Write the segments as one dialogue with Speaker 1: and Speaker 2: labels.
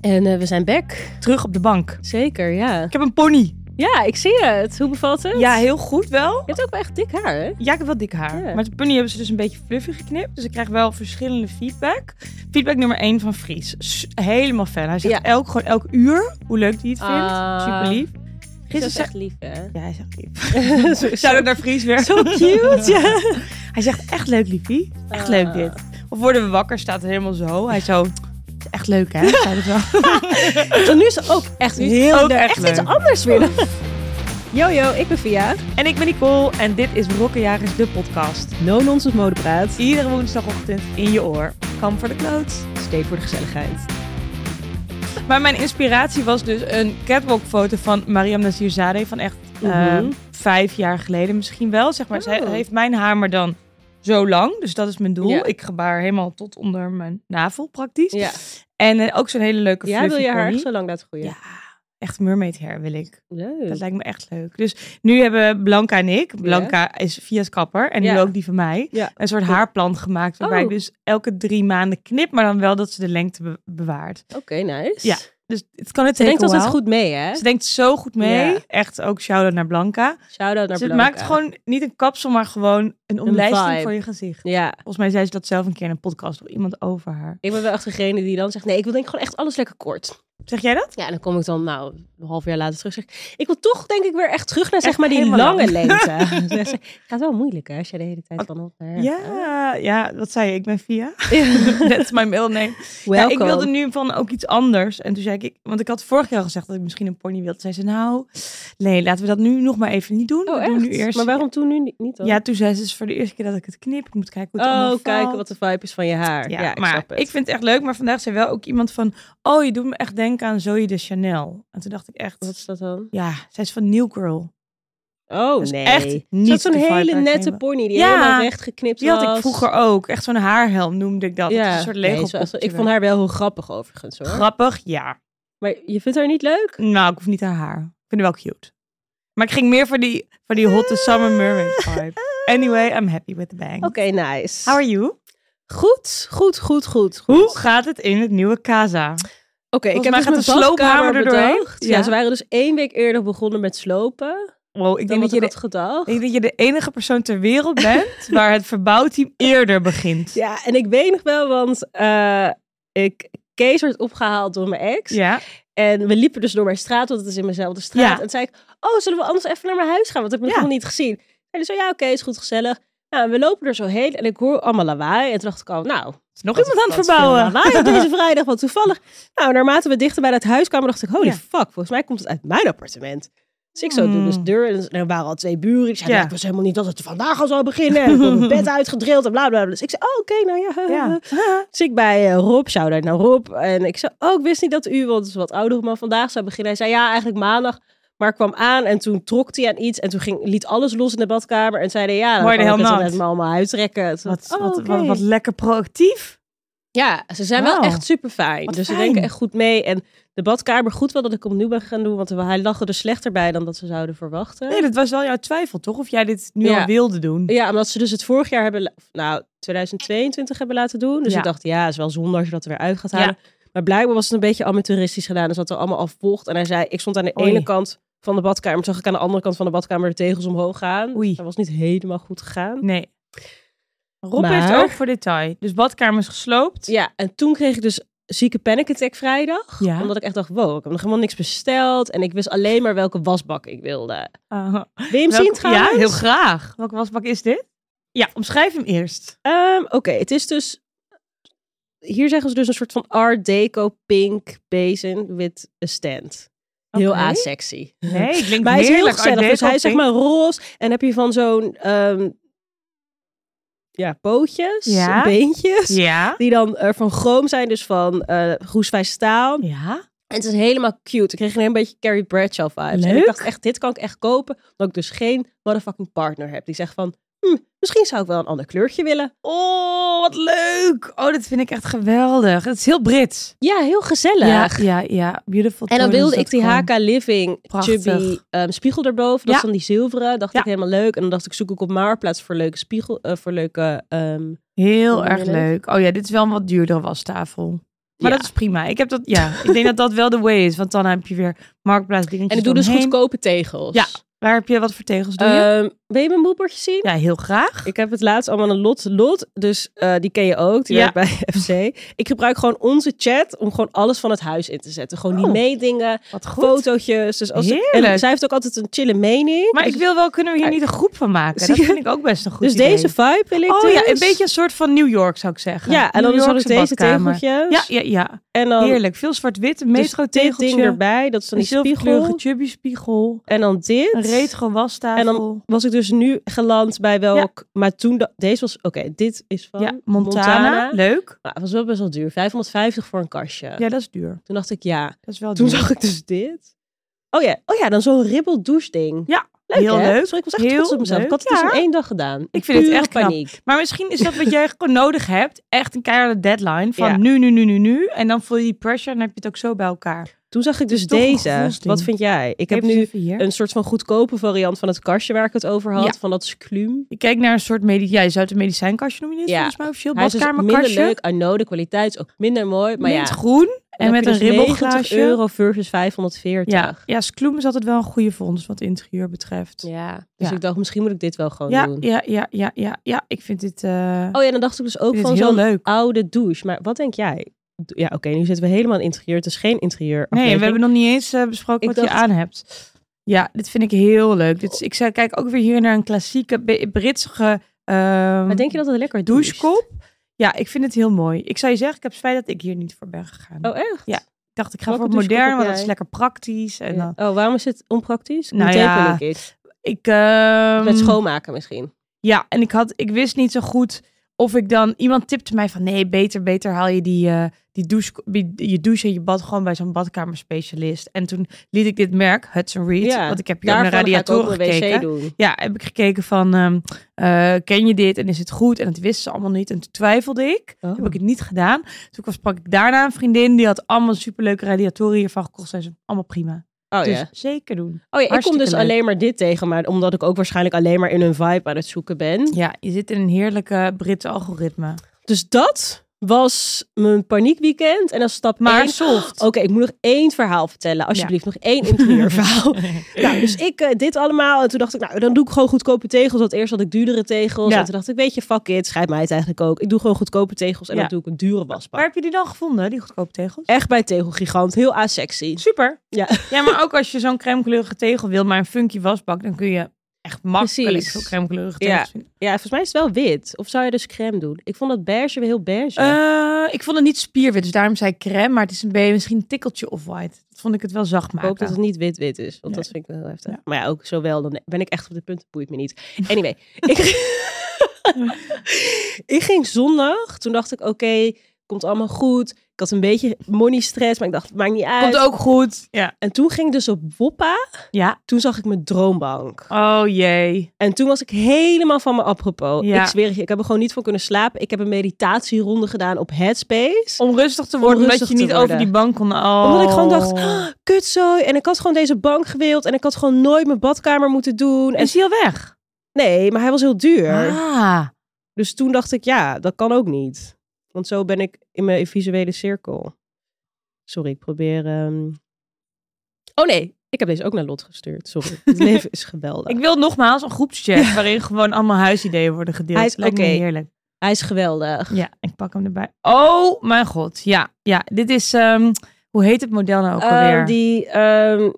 Speaker 1: En eh, we zijn back.
Speaker 2: Terug op de bank.
Speaker 1: Zeker, ja.
Speaker 2: Ik heb een pony.
Speaker 1: Ja, ik zie het. Hoe bevalt het?
Speaker 2: Ja,
Speaker 1: Je
Speaker 2: heel goed wel.
Speaker 1: hebt ook wel echt dik haar, hè?
Speaker 2: Ja, ik heb wel dik haar.
Speaker 1: Ja.
Speaker 2: Maar de pony hebben ze dus een beetje fluffy geknipt. Dus ik krijg wel verschillende feedback. Feedback nummer 1 van Fries. S- Helemaal fan. Hij zegt
Speaker 1: Ja.
Speaker 2: elk, gewoon elk uur hoe leuk hij het vindt.
Speaker 1: Ah.
Speaker 2: Super lief.
Speaker 1: Ze
Speaker 2: Gisteren
Speaker 1: is
Speaker 2: zegt...
Speaker 1: echt lief, hè?
Speaker 2: Ja, hij zegt lief. Shout-out naar Fries weer.
Speaker 1: Zo cute, ja.
Speaker 2: Hij zegt echt leuk, liefie. Echt
Speaker 1: Ah.
Speaker 2: leuk dit. Of worden we wakker, staat het helemaal zo. Hij zo... "Het is Echt leuk, hè? Zei hij zo.
Speaker 1: En nu is ze ook echt
Speaker 2: Nu is
Speaker 1: heel
Speaker 2: ook
Speaker 1: erg
Speaker 2: echt
Speaker 1: Echt iets
Speaker 2: leuk.
Speaker 1: anders weer. Yo, yo, ik ben Via.
Speaker 2: En ik ben Nicole en dit is Brokkenjagers, de podcast.
Speaker 1: No Nonsense Modepraat.
Speaker 2: Iedere woensdagochtend in je oor. Kam voor de kloot.
Speaker 1: Steek voor de gezelligheid.
Speaker 2: Maar mijn inspiratie was dus een catwalkfoto van Mariam Nazirzadeh van echt eh,
Speaker 1: Mhm.
Speaker 2: vijf jaar geleden misschien wel. Zeg maar, zij
Speaker 1: Oh.
Speaker 2: heeft mijn haar maar dan zo lang. Dus dat is mijn doel.
Speaker 1: Ja.
Speaker 2: Ik gebaar helemaal tot onder mijn navel praktisch.
Speaker 1: Ja,
Speaker 2: En eh, ook zo'n hele leuke
Speaker 1: ja
Speaker 2: fluffy
Speaker 1: wil je haar
Speaker 2: pony.
Speaker 1: echt zo lang laten groeien?
Speaker 2: Ja, echt mermaid hair wil ik. Dat
Speaker 1: Leuk.
Speaker 2: lijkt me echt leuk. Dus nu hebben Blanca en ik, Blanca is Via's kapper en
Speaker 1: Ja.
Speaker 2: nu ook die van mij,
Speaker 1: Ja.
Speaker 2: een soort haarplan gemaakt waarbij
Speaker 1: Oh.
Speaker 2: ik dus elke drie maanden knip, maar dan wel dat ze de lengte be- bewaart.
Speaker 1: Oké, nice.
Speaker 2: Ja, Dus het kan het
Speaker 1: Ze denkt altijd goed mee, hè?
Speaker 2: Ze denkt zo goed mee.
Speaker 1: Ja.
Speaker 2: Echt ook shout-out naar Blanca.
Speaker 1: Shout-out naar
Speaker 2: ze
Speaker 1: Blanca.
Speaker 2: maakt gewoon niet een kapsel, maar gewoon een omlijsting
Speaker 1: vibe.
Speaker 2: voor je gezicht.
Speaker 1: Ja.
Speaker 2: Volgens mij zei ze dat zelf een keer in een podcast door iemand over haar.
Speaker 1: Ik ben wel echt degene die dan zegt, nee, ik wil denk ik gewoon echt alles lekker kort.
Speaker 2: Zeg jij dat?
Speaker 1: Ja, en dan kom ik dan, nou, een half jaar later terug. Zeg, ik, ik wil toch denk ik weer echt terug naar zeg
Speaker 2: Echt
Speaker 1: maar die
Speaker 2: helemaal
Speaker 1: lange
Speaker 2: lang.
Speaker 1: lengte. Zegt ze, gaat wel moeilijk hè, als je de hele tijd van op naar...
Speaker 2: Ja, ja, wat zei je? Ik ben Via.
Speaker 1: Ja.
Speaker 2: That's my middle name. Ja,
Speaker 1: Welkom.
Speaker 2: ik wilde nu van ook iets anders. En toen zei ik, want ik had vorig jaar al gezegd dat ik misschien een pony wilde. Toen zei ze, nou, nee, laten we dat nu nog maar even niet doen.
Speaker 1: Oh,
Speaker 2: we
Speaker 1: echt?
Speaker 2: doen nu eerst.
Speaker 1: Maar waarom toen nu niet- niet dan?
Speaker 2: Ja, toen zei ze, het is voor de eerste keer dat ik het knip. Ik moet kijken hoe het allemaal
Speaker 1: oh,
Speaker 2: valt.
Speaker 1: kijken wat de vibe is van je haar. Ja,
Speaker 2: Ja,
Speaker 1: ik
Speaker 2: maar
Speaker 1: snap het.
Speaker 2: ik vind het echt leuk. Maar vandaag zei wel ook iemand van... Oh, je doet me echt denken aan Zoe de Chanel. En toen dacht ik echt...
Speaker 1: Wat is dat dan?
Speaker 2: Ja, zij is van New Girl.
Speaker 1: Oh,
Speaker 2: is
Speaker 1: nee.
Speaker 2: echt
Speaker 1: Is
Speaker 2: niet
Speaker 1: dat zo'n
Speaker 2: de vibe
Speaker 1: hele
Speaker 2: waar ik
Speaker 1: nette
Speaker 2: heen wil.
Speaker 1: pony die
Speaker 2: Ja.
Speaker 1: helemaal recht geknipt
Speaker 2: Die had
Speaker 1: was.
Speaker 2: ik vroeger ook. Echt zo'n haarhelm noemde ik dat. Het is
Speaker 1: Ja,
Speaker 2: Een soort
Speaker 1: nee,
Speaker 2: lego
Speaker 1: ze was- ik vond haar wel heel grappig overigens hoor.
Speaker 2: Grappig, ja.
Speaker 1: maar je vindt haar niet leuk?
Speaker 2: Nou, ik hoef niet haar haar. Ik vind haar wel cute. Maar ik ging meer voor die, voor die hotte summer mermaid vibe. Anyway, I'm happy with the bang.
Speaker 1: Oké, nice.
Speaker 2: How are you?
Speaker 1: Goed, goed, goed, goed. goed.
Speaker 2: Hoe gaat het in het nieuwe Casa?
Speaker 1: Oké, ik heb
Speaker 2: mij
Speaker 1: dus
Speaker 2: gaat
Speaker 1: mijn
Speaker 2: de sloophamer
Speaker 1: badkamer
Speaker 2: er doorheen.
Speaker 1: bedacht. Ja.
Speaker 2: Ja.
Speaker 1: ze waren dus één week eerder begonnen met slopen.
Speaker 2: Wow, ik
Speaker 1: Dan
Speaker 2: denk dat
Speaker 1: wat
Speaker 2: je
Speaker 1: ik
Speaker 2: de
Speaker 1: had gedacht.
Speaker 2: Ik denk dat je de enige persoon ter wereld bent waar het verbouwteam eerder begint.
Speaker 1: Ja, en ik weet nog wel, want eh, ik, Kees werd opgehaald door mijn ex.
Speaker 2: Ja.
Speaker 1: En we liepen dus door mijn straat, want het is in mijnzelfde straat.
Speaker 2: Ja.
Speaker 1: En toen zei ik, oh, zullen we anders even naar mijn huis gaan? Want ik heb
Speaker 2: Ja.
Speaker 1: het nog niet gezien. En hij zei, ja, oké, is goed, gezellig. Nou, en we lopen er zo heen en ik hoor allemaal lawaai. En toen dacht ik al, nou,
Speaker 2: Is nog
Speaker 1: Wat-
Speaker 2: iemand aan het
Speaker 1: wat veel
Speaker 2: verbouwen?
Speaker 1: lawaai op deze vrijdag, wat toevallig. Nou, naarmate we dichter bij dat huis kwamen, dacht ik, holy
Speaker 2: Ja.
Speaker 1: fuck, volgens mij komt het uit mijn appartement. Dus ik zo doe dus
Speaker 2: Hmm.
Speaker 1: deur en er waren al twee buren. Ik zei,
Speaker 2: Ja.
Speaker 1: nou, ik wist helemaal niet dat het vandaag al zou beginnen. En ik had mijn bed uitgedrild en bla bla bla. Dus ik zei, oh, oké, nou ja.
Speaker 2: Ja.
Speaker 1: Dus ik bij eh, Rob, shout-out naar Rob. En ik zei, oh, ik wist niet dat u, want het is een wat oudere man, vandaag zou beginnen. Hij zei, ja, eigenlijk maandag. Maar ik kwam aan en toen trok hij aan iets. En toen ging, liet alles los in de badkamer. En zeiden, ja, dan
Speaker 2: Word je
Speaker 1: kan ik
Speaker 2: heel
Speaker 1: het
Speaker 2: nat.
Speaker 1: net maar allemaal uittrekken. Toen
Speaker 2: Wat,
Speaker 1: dacht ik, oh,
Speaker 2: wat,
Speaker 1: oké.
Speaker 2: wat, wat lekker proactief.
Speaker 1: Ja, ze zijn wel
Speaker 2: Wauw.
Speaker 1: echt super fijn.
Speaker 2: Wat
Speaker 1: Dus ze
Speaker 2: fijn.
Speaker 1: denken echt goed mee. En de badkamer, goed wel dat ik hem nu ben gaan doen. Want hij lag er dus slechter bij dan dat ze zouden verwachten.
Speaker 2: Nee, dat was wel jouw twijfel, toch? Of jij dit nu
Speaker 1: Ja.
Speaker 2: al wilde doen.
Speaker 1: Ja, omdat ze dus het vorig jaar hebben, la- nou 2022 hebben laten doen. Dus
Speaker 2: Ja.
Speaker 1: ik dacht, ja, is wel zonde als je dat er weer uit gaat
Speaker 2: Ja.
Speaker 1: halen. Maar blijkbaar was het een beetje amateuristisch gedaan. Dus had er allemaal al vocht. En hij zei, ik stond aan de
Speaker 2: Oei.
Speaker 1: ene kant van de badkamer. Zag ik aan de andere kant van de badkamer de tegels omhoog gaan.
Speaker 2: Oei.
Speaker 1: Dat was niet helemaal goed gegaan.
Speaker 2: Nee. Rob
Speaker 1: Maar-
Speaker 2: heeft ook voor detail. Dus badkamer is gesloopt.
Speaker 1: Ja, en toen kreeg ik dus zieke panic attack vrijdag.
Speaker 2: Ja.
Speaker 1: Omdat ik echt dacht, wow, ik heb nog helemaal niks besteld. En ik wist alleen maar welke wasbak ik wilde.
Speaker 2: Ah.
Speaker 1: Wil je hem zien
Speaker 2: Welke-
Speaker 1: trouwens?
Speaker 2: Ja, heel graag. Welke wasbak is dit? Ja, omschrijf hem eerst.
Speaker 1: Ehm, Oké, het is dus... Hier zeggen ze dus een soort van art deco pink bezin with a stand. Heel
Speaker 2: Oké.
Speaker 1: asexy.
Speaker 2: Nee, ik denk
Speaker 1: Maar hij is heel
Speaker 2: heerlijk. Art
Speaker 1: gezellig. Dus
Speaker 2: Deco
Speaker 1: hij is zeg
Speaker 2: pink.
Speaker 1: maar roze. En heb je van zo'n... ehm, ja, pootjes,
Speaker 2: Ja.
Speaker 1: beentjes.
Speaker 2: Ja.
Speaker 1: Die dan eh, van chroom zijn, dus van eh roestvrij staal.
Speaker 2: Ja.
Speaker 1: En het is helemaal cute. Ik kreeg een heel beetje Carrie Bradshaw vibes. En
Speaker 2: Leuk.
Speaker 1: ik dacht echt, dit kan ik echt kopen. Omdat ik dus geen motherfucking partner heb. Die zegt van, hm, misschien zou ik wel een ander kleurtje willen.
Speaker 2: Oh, wat leuk. Oh, dat vind ik echt geweldig. Het is heel Brits.
Speaker 1: Ja, heel gezellig.
Speaker 2: Ja, ja, ja. Beautiful.
Speaker 1: En dan
Speaker 2: Tones
Speaker 1: wilde ik
Speaker 2: dot
Speaker 1: die
Speaker 2: com.
Speaker 1: HK Living
Speaker 2: Prachtig.
Speaker 1: chubby ehm, spiegel erboven. Dat
Speaker 2: Ja.
Speaker 1: is dan die zilveren. Dacht
Speaker 2: Ja.
Speaker 1: ik helemaal leuk. En dan dacht ik, zoek ik op Marktplaats voor leuke spiegel, eh, voor leuke... ehm,
Speaker 2: Heel
Speaker 1: Hoe
Speaker 2: erg
Speaker 1: noem je dat?
Speaker 2: leuk. Oh ja, dit is wel een wat duurdere wastafel. Maar
Speaker 1: Ja.
Speaker 2: dat is prima. Ik, heb dat, ja, ik denk dat dat wel de way is. Want dan heb je weer marktplaats dingetjes
Speaker 3: En ik doe dus
Speaker 2: omheen.
Speaker 3: goedkope tegels.
Speaker 2: Ja. Waar heb je wat voor tegels? Doe je?
Speaker 1: Ehm, wil je mijn moedbordje zien?
Speaker 2: ja, heel graag.
Speaker 1: Ik heb het laatst allemaal een lot. Lot, dus eh, die ken je ook. Die
Speaker 2: Ja.
Speaker 1: werkt bij FC. Ik gebruik gewoon onze chat om gewoon alles van het huis in te zetten. Gewoon die
Speaker 2: Oh.
Speaker 1: meedingen,
Speaker 2: Wat
Speaker 1: fotootjes. Dus als ze- en
Speaker 2: Heerlijk.
Speaker 1: zij heeft ook altijd een chille mening.
Speaker 2: Maar ik wil wel, kunnen we hier
Speaker 1: Maar-
Speaker 2: niet een groep van maken?
Speaker 1: Zie
Speaker 2: Dat
Speaker 1: je?
Speaker 2: vind ik ook best een goed
Speaker 1: dus
Speaker 2: idee.
Speaker 1: deze vibe wil ik
Speaker 2: Oh ja, een
Speaker 1: dus.
Speaker 2: beetje een soort van New York zou ik zeggen.
Speaker 1: Ja, en
Speaker 2: New
Speaker 1: dan is er dus
Speaker 2: Yorkse
Speaker 1: deze
Speaker 2: badkamer.
Speaker 1: tegeltjes.
Speaker 2: Ja, ja, ja.
Speaker 1: En dan
Speaker 2: Heerlijk. Veel zwart-wit, een
Speaker 1: dus
Speaker 2: metro
Speaker 1: dit ding
Speaker 2: tegeltje.
Speaker 1: erbij. Dat is dan
Speaker 2: Een
Speaker 1: die
Speaker 2: zilverkleurige
Speaker 1: spiegel.
Speaker 2: chubby spiegel.
Speaker 1: En dan dit.
Speaker 2: Een retro wastafel.
Speaker 1: En Was ik dus nu geland bij welk... Maar toen... da- Deze was... Oké, dit is van
Speaker 2: ja, Montana. Leuk.
Speaker 1: Maar het was wel best wel duur. 550 voor een kastje.
Speaker 2: Ja, dat is duur.
Speaker 1: Toen dacht ik, ja.
Speaker 2: Dat is wel
Speaker 1: Toen
Speaker 2: duur.
Speaker 1: zag ik dus dit. Oh ja, oh ja dan zo'n ribbel douche ding.
Speaker 2: Ja,
Speaker 1: leuk,
Speaker 2: heel
Speaker 1: hè?
Speaker 2: leuk.
Speaker 1: Sorry, ik was echt
Speaker 2: Heel
Speaker 1: trots op mezelf. Ik
Speaker 2: leuk,
Speaker 1: had het dus
Speaker 2: ja.
Speaker 1: in één dag gedaan.
Speaker 2: Ik vind het
Speaker 1: Pure
Speaker 2: echt knap.
Speaker 1: paniek.
Speaker 2: Maar misschien is dat wat jij gewoon nodig hebt. Echt een keiharde deadline van
Speaker 1: Ja.
Speaker 2: nu, nu, nu, nu, nu. En dan voel je die pressure en dan heb je het ook zo bij elkaar.
Speaker 1: Toen zag ik dus
Speaker 2: toch een
Speaker 1: deze.
Speaker 2: gevoelsding.
Speaker 1: Wat vind jij? Ik heb
Speaker 2: Even
Speaker 1: nu
Speaker 2: even hier.
Speaker 1: een soort van goedkope variant van het kastje waar ik het over had.
Speaker 2: Ja.
Speaker 1: Van dat sclum.
Speaker 2: Ik kijk naar een soort medi ja, je zou het een medicijnkastje noemen dit
Speaker 1: Ja.
Speaker 2: volgens mij officieel.
Speaker 1: Hij is dus minder
Speaker 2: Badkamerkastje.
Speaker 1: leuk. I know, de kwaliteit is ook minder mooi. Maar ja,
Speaker 2: mint groen
Speaker 1: dan
Speaker 2: en
Speaker 1: heb
Speaker 2: met
Speaker 1: je
Speaker 2: een
Speaker 1: dus 90
Speaker 2: ribbelglaasje.
Speaker 1: euro versus 540.
Speaker 2: Ja, ja Skloem is altijd wel een goede fonds wat interieur betreft. Ja,
Speaker 1: Ja. Dus
Speaker 2: Ja.
Speaker 1: ik dacht, misschien moet ik dit wel gewoon
Speaker 2: ja,
Speaker 1: doen.
Speaker 2: ja, ja, ja, ja, Ik vind dit, eh, ik
Speaker 1: Oh ja, dan dacht ik dus ook
Speaker 2: vind
Speaker 1: van
Speaker 2: dit heel
Speaker 1: zo'n
Speaker 2: leuk.
Speaker 1: oude douche. Maar wat denk jij? D- Ja, oké, nu zitten we helemaal in interieur. Het is geen interieur.
Speaker 2: Nee,
Speaker 1: aflevering.
Speaker 2: we hebben nog niet eens eh, besproken
Speaker 1: Ik
Speaker 2: wat je
Speaker 1: dacht-
Speaker 2: aan hebt. Ja, dit vind ik heel leuk. Dit, is- ik zei, kijk ook weer hier naar een klassieke Be- Britse
Speaker 1: Maar denk je dat het lekker doucht?
Speaker 2: douchekop. Ja, ik vind het heel mooi. Ik zou je zeggen, ik heb spijt dat ik hier niet voor ben gegaan.
Speaker 1: Oh, echt?
Speaker 2: Ja. Ik dacht, ik ga
Speaker 1: welke
Speaker 2: voor het modern,
Speaker 1: douchekop heb
Speaker 2: want dat is
Speaker 1: jij?
Speaker 2: lekker praktisch. En dan,
Speaker 1: Oh, waarom is het onpraktisch?
Speaker 2: Nou
Speaker 1: Nou
Speaker 2: ja,
Speaker 1: ja, is.
Speaker 2: ik, ehm,
Speaker 1: Met schoonmaken misschien.
Speaker 2: Ja, en ik, had, ik wist niet zo goed of ik dan... Iemand tipte mij van, nee, beter, beter haal je die, eh, die douche, die- je douche en je bad gewoon bij zo'n badkamerspecialist. En toen liet ik dit merk, Hudson Reed,
Speaker 1: Ja,
Speaker 2: want ik heb hier ook
Speaker 1: Daarvan
Speaker 2: naar
Speaker 1: ga ik ook
Speaker 2: radiatoren
Speaker 1: mijn
Speaker 2: gekeken.
Speaker 1: wc doen.
Speaker 2: Ja, heb ik gekeken van, ehm, eh, ken je dit en is het goed? En dat wisten ze allemaal niet. En toen twijfelde ik,
Speaker 1: Oh.
Speaker 2: heb ik het niet gedaan. Toen sprak ik daarna een vriendin, die had allemaal superleuke radiatoren hiervan gekocht. En ze allemaal prima.
Speaker 1: Oh
Speaker 2: dus
Speaker 1: ja.
Speaker 2: zeker doen.
Speaker 1: Oh ja, ik kom
Speaker 2: hartstikke
Speaker 1: dus
Speaker 2: leuk.
Speaker 1: alleen maar dit tegen. Maar omdat ik ook waarschijnlijk alleen maar in een vibe aan het zoeken ben.
Speaker 2: Ja, je zit in een heerlijke Britse algoritme.
Speaker 1: Dus dat was mijn paniekweekend. En dan stap
Speaker 2: Maar
Speaker 1: één-
Speaker 2: soft.
Speaker 1: Oké, ik moet nog één verhaal vertellen. Alsjeblieft, nog één interieurverhaal. nou, dus ik eh, dit allemaal. En toen dacht ik, nou, dan doe ik gewoon goedkope tegels. Want eerst had ik duurdere tegels.
Speaker 2: Ja.
Speaker 1: En toen dacht ik, weet je, fuck it. Schijt mij het eigenlijk ook. Ik doe gewoon goedkope tegels en
Speaker 2: Ja.
Speaker 1: dan doe ik een dure wasbak.
Speaker 2: Waar heb je die dan gevonden, die goedkope tegels?
Speaker 1: Echt bij tegelgigant. Heel asexy.
Speaker 2: Eh, Super.
Speaker 1: Ja.
Speaker 2: ja, maar ook als je zo'n crème kleurige tegel wil, maar een funky wasbak, dan kun je echt makkelijk
Speaker 1: Precies.
Speaker 2: zo'n crème kleurige
Speaker 1: Ja.
Speaker 2: tegels vinden.
Speaker 1: Ja, volgens mij is het wel wit. Of zou je dus crème doen? Ik vond dat beige weer heel beige.
Speaker 2: Eh, ik vond het niet spierwit, dus daarom zei ik crème, maar het is een beetje misschien een tikkeltje of white. Dat vond ik het wel
Speaker 1: ik
Speaker 2: zacht
Speaker 1: hoop dat
Speaker 2: maken.
Speaker 1: het niet wit-wit is. Want
Speaker 2: Nee.
Speaker 1: dat vind ik wel heel heftig.
Speaker 2: Ja.
Speaker 1: Maar ja, ook zowel. Dan ben ik echt op de punten. Boeit me niet. Anyway. ik, ik ging zondag. Toen dacht ik, oké, komt allemaal goed. Ik had een beetje money stress. Maar ik dacht, maakt niet uit.
Speaker 2: Komt ook goed. Ja.
Speaker 1: En toen ging ik dus op Woppa.
Speaker 2: ja.
Speaker 1: Toen zag ik mijn droombank.
Speaker 2: Oh jee.
Speaker 1: En toen was ik helemaal van me apropos.
Speaker 2: Ja.
Speaker 1: Ik zweer het je, ik heb er gewoon niet van kunnen slapen. Ik heb een meditatieronde gedaan op Headspace.
Speaker 2: Om rustig te worden,
Speaker 1: Onrustig
Speaker 2: omdat je
Speaker 1: te
Speaker 2: niet over
Speaker 1: worden.
Speaker 2: die bank kon. Oh.
Speaker 1: Omdat ik gewoon dacht, "Ah, kutzooi. En ik had gewoon deze bank gewild. En ik had gewoon nooit mijn badkamer moeten doen. En
Speaker 2: is hij al weg?
Speaker 1: nee, maar hij was heel duur.
Speaker 2: Ah.
Speaker 1: Dus toen dacht ik, ja, dat kan ook niet. Want zo ben ik in mijn visuele cirkel. Sorry, ik probeer... ehm, Oh nee, ik heb deze ook naar Lot gestuurd. Sorry, het leven is geweldig.
Speaker 2: Ik wil nogmaals een groepschat waarin gewoon allemaal huisideeën worden gedeeld.
Speaker 1: Hij is-
Speaker 2: Lijkt me
Speaker 1: oké.
Speaker 2: heerlijk.
Speaker 1: Hij is geweldig.
Speaker 2: Ja, ik pak hem erbij. Oh mijn god, ja. Ja, dit is... ehm, hoe heet het model nou ook
Speaker 1: Ehm,
Speaker 2: alweer?
Speaker 1: die, ehm,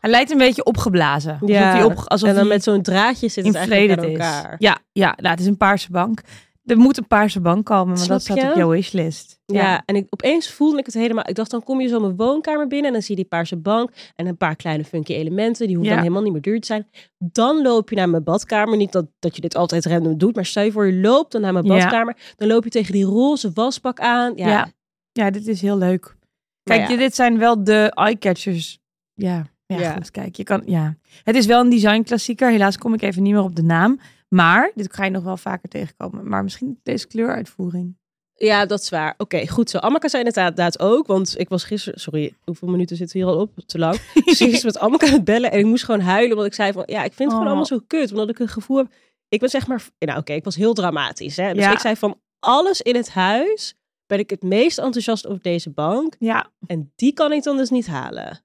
Speaker 2: Hij lijkt een beetje opgeblazen. Alsof
Speaker 1: Ja,
Speaker 2: hij op, alsof
Speaker 1: en dan
Speaker 2: hij
Speaker 1: met zo'n draadje zit het eigenlijk
Speaker 2: inflated
Speaker 1: aan
Speaker 2: is.
Speaker 1: elkaar.
Speaker 2: Ja, ja nou, het is een paarse bank. Er moet een paarse bank komen, maar dat
Speaker 1: Snap
Speaker 2: staat
Speaker 1: je?
Speaker 2: op jouw wishlist.
Speaker 1: Ja, en ik, opeens voelde ik het helemaal. Ik dacht, dan kom je zo mijn woonkamer binnen en dan zie je die paarse bank en een paar kleine funky elementen. Die hoeven
Speaker 2: Ja.
Speaker 1: dan helemaal niet meer duur te zijn. Dan loop je naar mijn badkamer. Niet dat, dat je dit altijd random doet, maar stel je voor, je loopt dan naar mijn
Speaker 2: Ja.
Speaker 1: badkamer. Dan loop je tegen die roze wasbak aan. Ja, Nou
Speaker 2: Ja. ja. dit is heel leuk. Kijk,
Speaker 1: ja.
Speaker 2: dit- dit zijn wel de eyecatchers. Ja, ja,
Speaker 1: Ja.
Speaker 2: goed. Kijk, je kan... Ja. Het is wel een design klassieker. Helaas kom ik even niet meer op de naam. Maar, dit ga je nog wel vaker tegenkomen. Maar misschien deze kleuruitvoering.
Speaker 1: ja dat is waar. Oké, goed zo. Amaka zei het inderdaad ook, want ik was gisteren... Sorry, hoeveel minuten zitten we hier al op? Te lang. Dus ik was met Amaka aan het bellen en ik moest gewoon huilen. Omdat ik zei van, ja, ik vind het gewoon
Speaker 2: Oh.
Speaker 1: allemaal zo kut. Omdat ik een gevoel heb... Ik ben zeg maar... Nou oké, ik was heel dramatisch. Hè? Dus
Speaker 2: Ja.
Speaker 1: ik zei van, alles in het huis ben ik het meest enthousiast op deze bank.
Speaker 2: Ja,
Speaker 1: En die kan ik dan dus niet halen.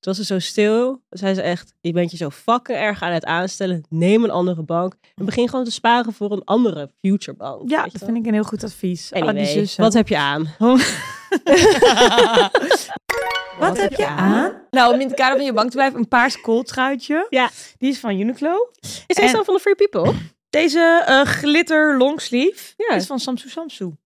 Speaker 1: Toen was ze zo stil. Toen zei ze echt, je bent je zo fucking erg aan het aanstellen. Neem een andere bank. En begin gewoon te sparen voor een andere future bank.
Speaker 2: ja dat vind ik een heel goed advies. dus, eh, Aan die zussen. Oh.
Speaker 1: wat heb je aan?
Speaker 2: Wat heb je aan? Nou, om in het kader van je bank te blijven, een paars kooltruitje.
Speaker 1: Ja.
Speaker 2: Die is van Uniqlo.
Speaker 1: Is deze
Speaker 2: En-
Speaker 1: dan van de Free People?
Speaker 2: Deze eh, glitter longsleeve
Speaker 1: Ja.
Speaker 2: is van Samsu Samsu. En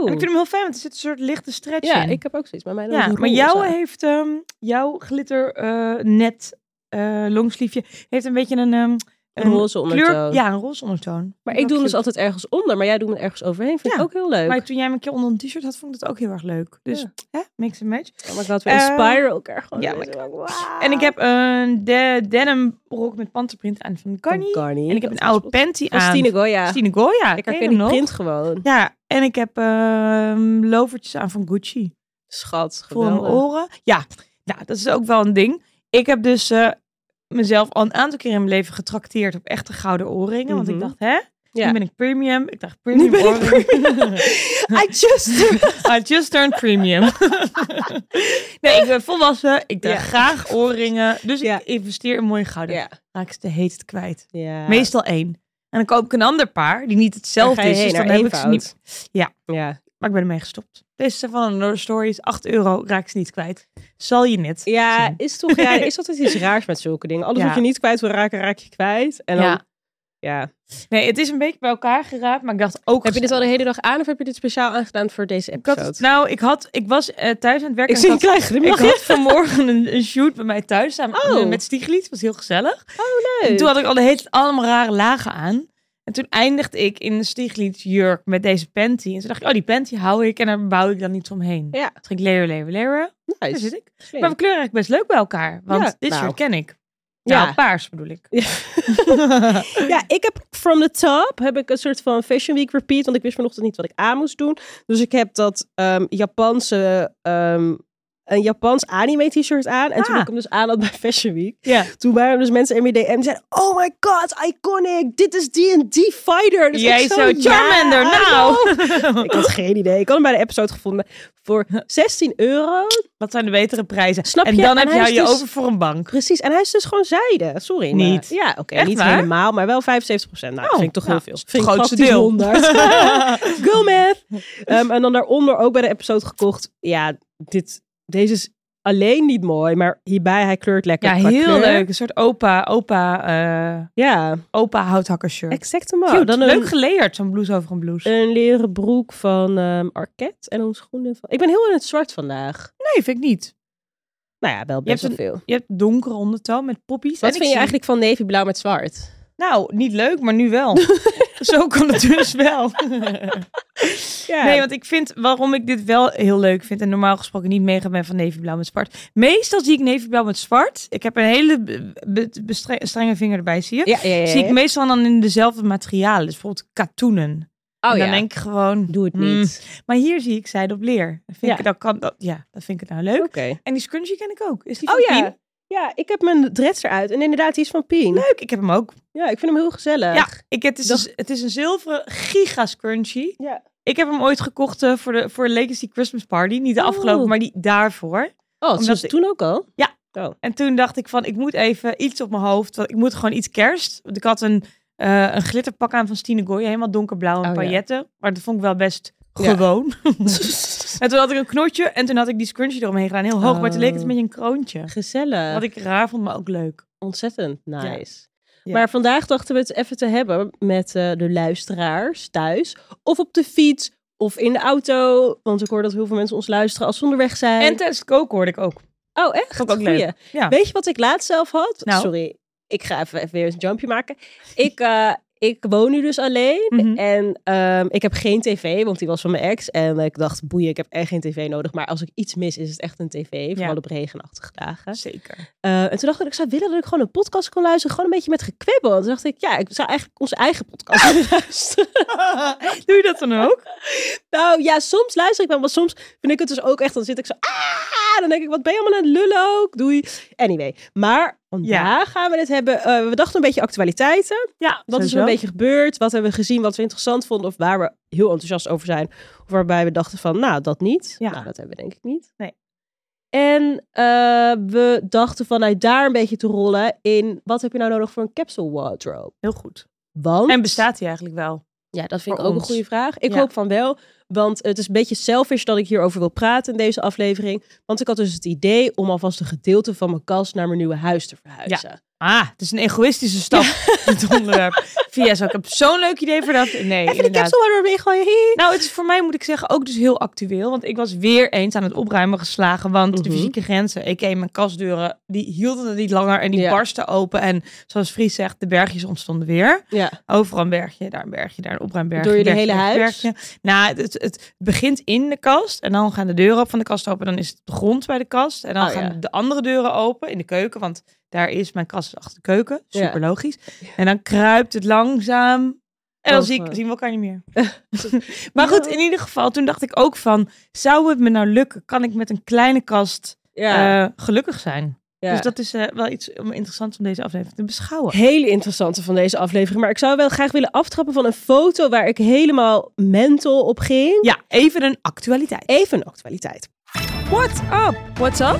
Speaker 1: Oh.
Speaker 2: ik vind hem heel fijn, want er zit een soort lichte stretch
Speaker 1: ja,
Speaker 2: in.
Speaker 1: ik heb ook zoiets. Maar, mijn
Speaker 2: ja,
Speaker 1: roze
Speaker 2: maar
Speaker 1: roze.
Speaker 2: jouw heeft, ehm, jouw glitter eh, net eh longsleeve heeft een beetje een, ehm,
Speaker 1: Een roze ondertoon.
Speaker 2: Kleur, ja, een roze ondertoon.
Speaker 1: Maar ik doe hem dus altijd ergens onder. Maar jij doet hem ergens overheen. Vind ik
Speaker 2: Ja,
Speaker 1: ook heel leuk.
Speaker 2: Maar toen jij hem een keer onder een t-shirt had, vond ik dat ook heel erg leuk. Dus,
Speaker 1: Ja.
Speaker 2: hè, mix and match.
Speaker 1: Oh my god, we
Speaker 2: Eh,
Speaker 1: inspire elkaar gewoon.
Speaker 2: ja,
Speaker 1: weer
Speaker 2: maar-
Speaker 1: zo. Wauw.
Speaker 2: En ik heb een de denim rok met panterprint aan van
Speaker 1: Van
Speaker 2: Garni.
Speaker 1: Garni.
Speaker 2: En ik heb een
Speaker 1: Dat
Speaker 2: oude
Speaker 1: is-
Speaker 2: panty
Speaker 1: Van
Speaker 2: aan.
Speaker 1: Stine Goya.
Speaker 2: Stine Goya.
Speaker 1: Ik
Speaker 2: ken je
Speaker 1: herken
Speaker 2: hem
Speaker 1: die
Speaker 2: nog?
Speaker 1: print gewoon.
Speaker 2: Ja, en ik heb ehm lovertjes aan van Gucci.
Speaker 1: Schat,
Speaker 2: Voor mijn
Speaker 1: geweldig.
Speaker 2: oren. Ja, nou, dat is ook wel een ding. Ik heb dus eh, mezelf al een aantal keer in mijn leven getrakteerd op echte gouden oorringen. Want ik
Speaker 1: Mhm.
Speaker 2: dacht, hè?
Speaker 1: Ja.
Speaker 2: Nu ben ik premium. Ik dacht, premium
Speaker 1: ben ik
Speaker 2: oorringen.
Speaker 1: I just...
Speaker 2: I just turned premium. nee, ik ben volwassen. Ik draag
Speaker 1: Ja.
Speaker 2: graag oorringen. Dus
Speaker 1: Ja.
Speaker 2: ik investeer in mooie gouden.
Speaker 1: ja.
Speaker 2: Raak ik ze de heetst kwijt.
Speaker 1: ja.
Speaker 2: Meestal één. En dan koop ik een ander paar die niet
Speaker 1: Daar
Speaker 2: hetzelfde
Speaker 1: ga je
Speaker 2: is. Dus
Speaker 1: heen,
Speaker 2: dan
Speaker 1: naar
Speaker 2: heb ik ze niet.
Speaker 1: eenvoud. Ja.
Speaker 2: Maar ik ben ermee gestopt. Deze zijn van Another Story is 8 euro. Raak ze niet kwijt. Zal je net.
Speaker 1: ja,
Speaker 2: zien.
Speaker 1: is toch ja, er is altijd iets raars met zulke dingen. Alles
Speaker 2: Ja.
Speaker 1: wat je niet kwijt wil raken, raak je kwijt. En dan, ja.
Speaker 2: Ja. Nee, het is een beetje bij elkaar geraapt. Maar ik dacht ook...
Speaker 1: Heb je dit al
Speaker 2: gezellig.
Speaker 1: de hele dag aan of heb je dit speciaal aangedaan voor deze
Speaker 2: Ik had-
Speaker 1: episode?
Speaker 2: nou, ik, had, ik was eh, thuis aan het werk.
Speaker 1: ik
Speaker 2: en
Speaker 1: zie een
Speaker 2: ik had,
Speaker 1: klein
Speaker 2: ik
Speaker 1: glimlachje.
Speaker 2: had vanmorgen een, een shoot bij mij thuis samen
Speaker 1: Oh.
Speaker 2: met Stieglied. Het was heel gezellig.
Speaker 1: Leuk.
Speaker 2: En toen had ik al de hele tijd allemaal rare lagen aan. En toen eindigde ik in een Stieglied jurk met deze panty. En toen dacht ik, oh, die panty hou ik. En daar bouw ik dan iets omheen.
Speaker 1: Ja.
Speaker 2: Toen ging ik leren, leren, leren. Daar
Speaker 1: Nice.
Speaker 2: zit ik.
Speaker 1: Slim.
Speaker 2: Maar we kleuren eigenlijk best leuk bij elkaar. Want
Speaker 1: Ja,
Speaker 2: dit
Speaker 1: nou.
Speaker 2: shirt ken ik.
Speaker 1: Ja.
Speaker 2: Ja, paars bedoel ik.
Speaker 1: Ja. Ja, ik heb from the top heb ik een soort van fashion week repeat, want ik wist vanochtend niet wat ik aan moest doen. Dus ik heb dat ehm, Japanse ehm, een Japans anime t-shirt aan. En toen
Speaker 2: Ah.
Speaker 1: ik hem dus aan had bij Fashion Week,
Speaker 2: Ja.
Speaker 1: toen waren er dus mensen in mijn DM die zeiden, oh my god, iconic, dit is D&D fighter. Dus
Speaker 2: Jij
Speaker 1: ik
Speaker 2: zo,
Speaker 1: ja,
Speaker 2: Charmander,
Speaker 1: I
Speaker 2: nou!
Speaker 1: know. Ik had geen idee. Ik had hem bij de episode gevonden voor 16 euro.
Speaker 2: Wat zijn de betere prijzen?
Speaker 1: Snap
Speaker 2: en
Speaker 1: je?
Speaker 2: dan
Speaker 1: En
Speaker 2: heb
Speaker 1: hij
Speaker 2: jij
Speaker 1: is
Speaker 2: je
Speaker 1: dus-
Speaker 2: over voor een bank.
Speaker 1: Precies. En hij is dus gewoon zijde. Sorry. maar-
Speaker 2: Niet.
Speaker 1: Ja, oké.
Speaker 2: Echt
Speaker 1: niet
Speaker 2: waar?
Speaker 1: helemaal, maar wel 75%. Nou, dat
Speaker 2: Oh,
Speaker 1: vind ik toch
Speaker 2: nou,
Speaker 1: heel veel.
Speaker 2: het
Speaker 1: Vind ik
Speaker 2: grootste
Speaker 1: praktisch
Speaker 2: deel.
Speaker 1: 100. Go math. Ehm, en dan daaronder ook bij de episode gekocht. Ja, dit, deze is alleen niet mooi, maar hierbij hij kleurt lekker.
Speaker 2: Ja,
Speaker 1: qua
Speaker 2: heel
Speaker 1: kleur.
Speaker 2: leuk. Een soort opa, opa, eh
Speaker 1: Ja,
Speaker 2: opa houthakker shirt.
Speaker 1: exact hem
Speaker 2: Cute.
Speaker 1: ook. Oh, Dan
Speaker 2: leuk
Speaker 1: een,
Speaker 2: geleerd, zo'n blouse over een blouse.
Speaker 1: een leren broek van ehm Arquette en een schoenen van... Ik ben heel in het zwart vandaag.
Speaker 2: nee, vind ik niet.
Speaker 1: Nou ja, wel best wel
Speaker 2: hebt
Speaker 1: veel.
Speaker 2: Je hebt donkere ondertoon met poppies.
Speaker 1: Wat
Speaker 2: En ik
Speaker 1: vind je
Speaker 2: zie-
Speaker 1: eigenlijk van navy blauw met zwart?
Speaker 2: Nou, niet leuk, maar nu wel. Zo kan het dus wel.
Speaker 1: Ja.
Speaker 2: Nee, want ik vind waarom ik dit wel heel leuk vind en normaal gesproken niet mega ben van nevenblauw met zwart. Meestal zie ik nevenblauw met zwart. Ik heb een hele be- be- bestre- strenge vinger erbij, zie je?
Speaker 1: ja, ja, ja, ja.
Speaker 2: Zie ik meestal dan in dezelfde materialen, dus bijvoorbeeld katoenen.
Speaker 1: Oh
Speaker 2: en dan
Speaker 1: ja,
Speaker 2: denk ik gewoon.
Speaker 1: doe het
Speaker 2: Mm.
Speaker 1: niet.
Speaker 2: Maar hier zie ik zijde op leer. Dat vind
Speaker 1: Ja.
Speaker 2: ik, dat kan, dat, ja, dat vind ik nou leuk.
Speaker 1: Oké.
Speaker 2: En die scrunchie ken ik ook. Is die van
Speaker 1: Oh
Speaker 2: Pien?
Speaker 1: ja. Ja, ik heb mijn dreads eruit. En inderdaad, die is van Pien.
Speaker 2: Leuk, ik heb hem ook.
Speaker 1: Ja, ik vind hem heel gezellig.
Speaker 2: Ja, ik, het, is
Speaker 1: Dag.
Speaker 2: een, het is een zilveren giga scrunchie.
Speaker 1: Ja.
Speaker 2: Ik heb hem ooit gekocht eh, voor de voor Legacy Christmas Party. Niet de
Speaker 1: Oh.
Speaker 2: afgelopen, maar die daarvoor.
Speaker 1: Oh, dat
Speaker 2: Omdat
Speaker 1: was
Speaker 2: ik-
Speaker 1: toen ook al?
Speaker 2: En toen dacht ik van, ik moet even iets op mijn hoofd. Want ik moet gewoon iets kerst. Want ik had een, eh, een glitterpak aan van Stine Goy. Helemaal donkerblauw en
Speaker 1: Oh, ja.
Speaker 2: pailletten. Maar dat vond ik wel best
Speaker 1: Ja.
Speaker 2: gewoon. en toen had ik een knotje. En toen had ik die scrunchie eromheen gedaan. Heel hoog. Maar toen leek het
Speaker 1: Oh.
Speaker 2: met een kroontje.
Speaker 1: Gezellig.
Speaker 2: Wat ik raar vond, maar ook leuk.
Speaker 1: Ontzettend nice.
Speaker 2: Ja.
Speaker 1: Maar vandaag dachten we het even te hebben met eh, de luisteraars thuis. Of op de fiets, of in de auto. Want ik hoor dat heel veel mensen ons luisteren als ze onderweg zijn.
Speaker 2: En tijdens het koken hoorde ik ook.
Speaker 1: oh, echt?
Speaker 2: Vond ik ook leuk.
Speaker 1: Goeie.
Speaker 2: Ja.
Speaker 1: Weet je wat ik laatst zelf had?
Speaker 2: Nou.
Speaker 1: Sorry, ik ga even, even weer een jumpje maken. Ik, eh, ik woon nu dus alleen.
Speaker 2: Mhm.
Speaker 1: En ehm, ik heb geen tv, want die was van mijn ex. En ik dacht, boeien, ik heb echt geen tv nodig. Maar als ik iets mis, is het echt een tv. Vooral
Speaker 2: Ja.
Speaker 1: op regenachtige dagen.
Speaker 2: Zeker.
Speaker 1: Eh, en toen dacht ik, ik zou willen dat ik gewoon een podcast kon luisteren. Gewoon een beetje met gekwebbel. En toen dacht ik, ja, ik zou eigenlijk onze eigen podcast willen luisteren.
Speaker 2: Doe je dat dan ook?
Speaker 1: Nou ja, soms luister ik wel. Maar soms vind ik het dus ook echt, dan zit ik zo... "Ah!" ah, dan denk ik, wat ben je allemaal aan het lullen ook? Doei. Anyway, maar vandaag gaan we het hebben. eh, we dachten een beetje actualiteiten.
Speaker 2: Ja,
Speaker 1: Wat is er een beetje gebeurd? Wat hebben we gezien? Wat we interessant vonden? Of waar we heel enthousiast over zijn? Of waarbij we dachten van, nou, dat niet.
Speaker 2: Ja.
Speaker 1: Nou, dat hebben we denk ik niet.
Speaker 2: Nee.
Speaker 1: En eh, we dachten vanuit daar een beetje te rollen in... wat heb je nou nodig voor een capsule wardrobe?
Speaker 2: heel goed.
Speaker 1: Want...
Speaker 2: En bestaat hij eigenlijk wel?
Speaker 1: Ja, dat vind ik
Speaker 2: voor
Speaker 1: ook een
Speaker 2: ons.
Speaker 1: goede vraag. Ik
Speaker 2: Ja.
Speaker 1: hoop van wel, want het is een beetje selfish dat ik hierover wil praten in deze aflevering. Want ik had dus het idee om alvast een gedeelte van mijn kast naar mijn nieuwe huis te verhuizen.
Speaker 2: Ah, het is een egoïstische stap, dit onderwerp. Via zo, ik heb zo'n leuk idee voor dat. Nee,
Speaker 1: Even de
Speaker 2: inderdaad.
Speaker 1: capsule wardrobe ingooien. hee.
Speaker 2: Nou, het is voor mij, moet ik zeggen, ook dus heel actueel. Want ik was weer eens aan het opruimen geslagen. Want de
Speaker 1: Mhm.
Speaker 2: fysieke grenzen, ik mijn kastdeuren, die hielden het niet langer. En die
Speaker 1: Ja.
Speaker 2: barsten open. En zoals Fries zegt, de bergjes ontstonden weer.
Speaker 1: Ja,
Speaker 2: Overal een bergje, daar een bergje, daar een opruimbergje.
Speaker 1: Door jullie
Speaker 2: een bergje,
Speaker 1: hele
Speaker 2: daar een
Speaker 1: huis?
Speaker 2: bergje. Nou, het, het begint in de kast en dan gaan de deuren op van de kast open. Dan is het de grond bij de kast. En dan
Speaker 1: Oh,
Speaker 2: gaan
Speaker 1: ja.
Speaker 2: de andere deuren open in de keuken, want daar is mijn kast achter de keuken.
Speaker 1: Ja.
Speaker 2: Super logisch. En dan kruipt het langzaam. En dan
Speaker 1: Boven.
Speaker 2: zie ik, zien we elkaar niet meer. maar goed, in ieder geval, toen dacht ik ook van, zou het me nou lukken? Kan ik met een kleine kast
Speaker 1: ja,
Speaker 2: eh, gelukkig zijn?
Speaker 1: ja.
Speaker 2: Dus dat is eh, wel iets om- interessants om deze aflevering te beschouwen.
Speaker 1: Hele interessante van deze aflevering. Maar ik zou wel graag willen aftrappen van een foto waar ik helemaal mental op ging.
Speaker 2: Ja, even een actualiteit.
Speaker 1: Even een actualiteit.
Speaker 2: What's up? What's up?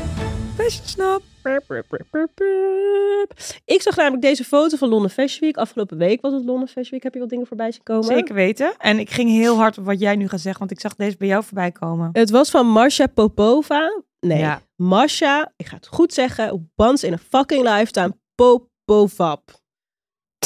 Speaker 2: Fashion snap.
Speaker 1: Perp, perp, perp, perp, perp. Ik zag namelijk deze foto van London Fashion Week. Afgelopen week was het London Fashion Week. Heb je wat dingen voorbij zien komen?
Speaker 2: Zeker weten. En ik ging heel hard op wat jij nu gaat zeggen, want ik zag deze bij jou voorbij komen.
Speaker 1: Het was van Marsha Popova. Nee,
Speaker 2: Ja.
Speaker 1: Marsha, ik ga het goed zeggen, once in a fucking lifetime, Popovap.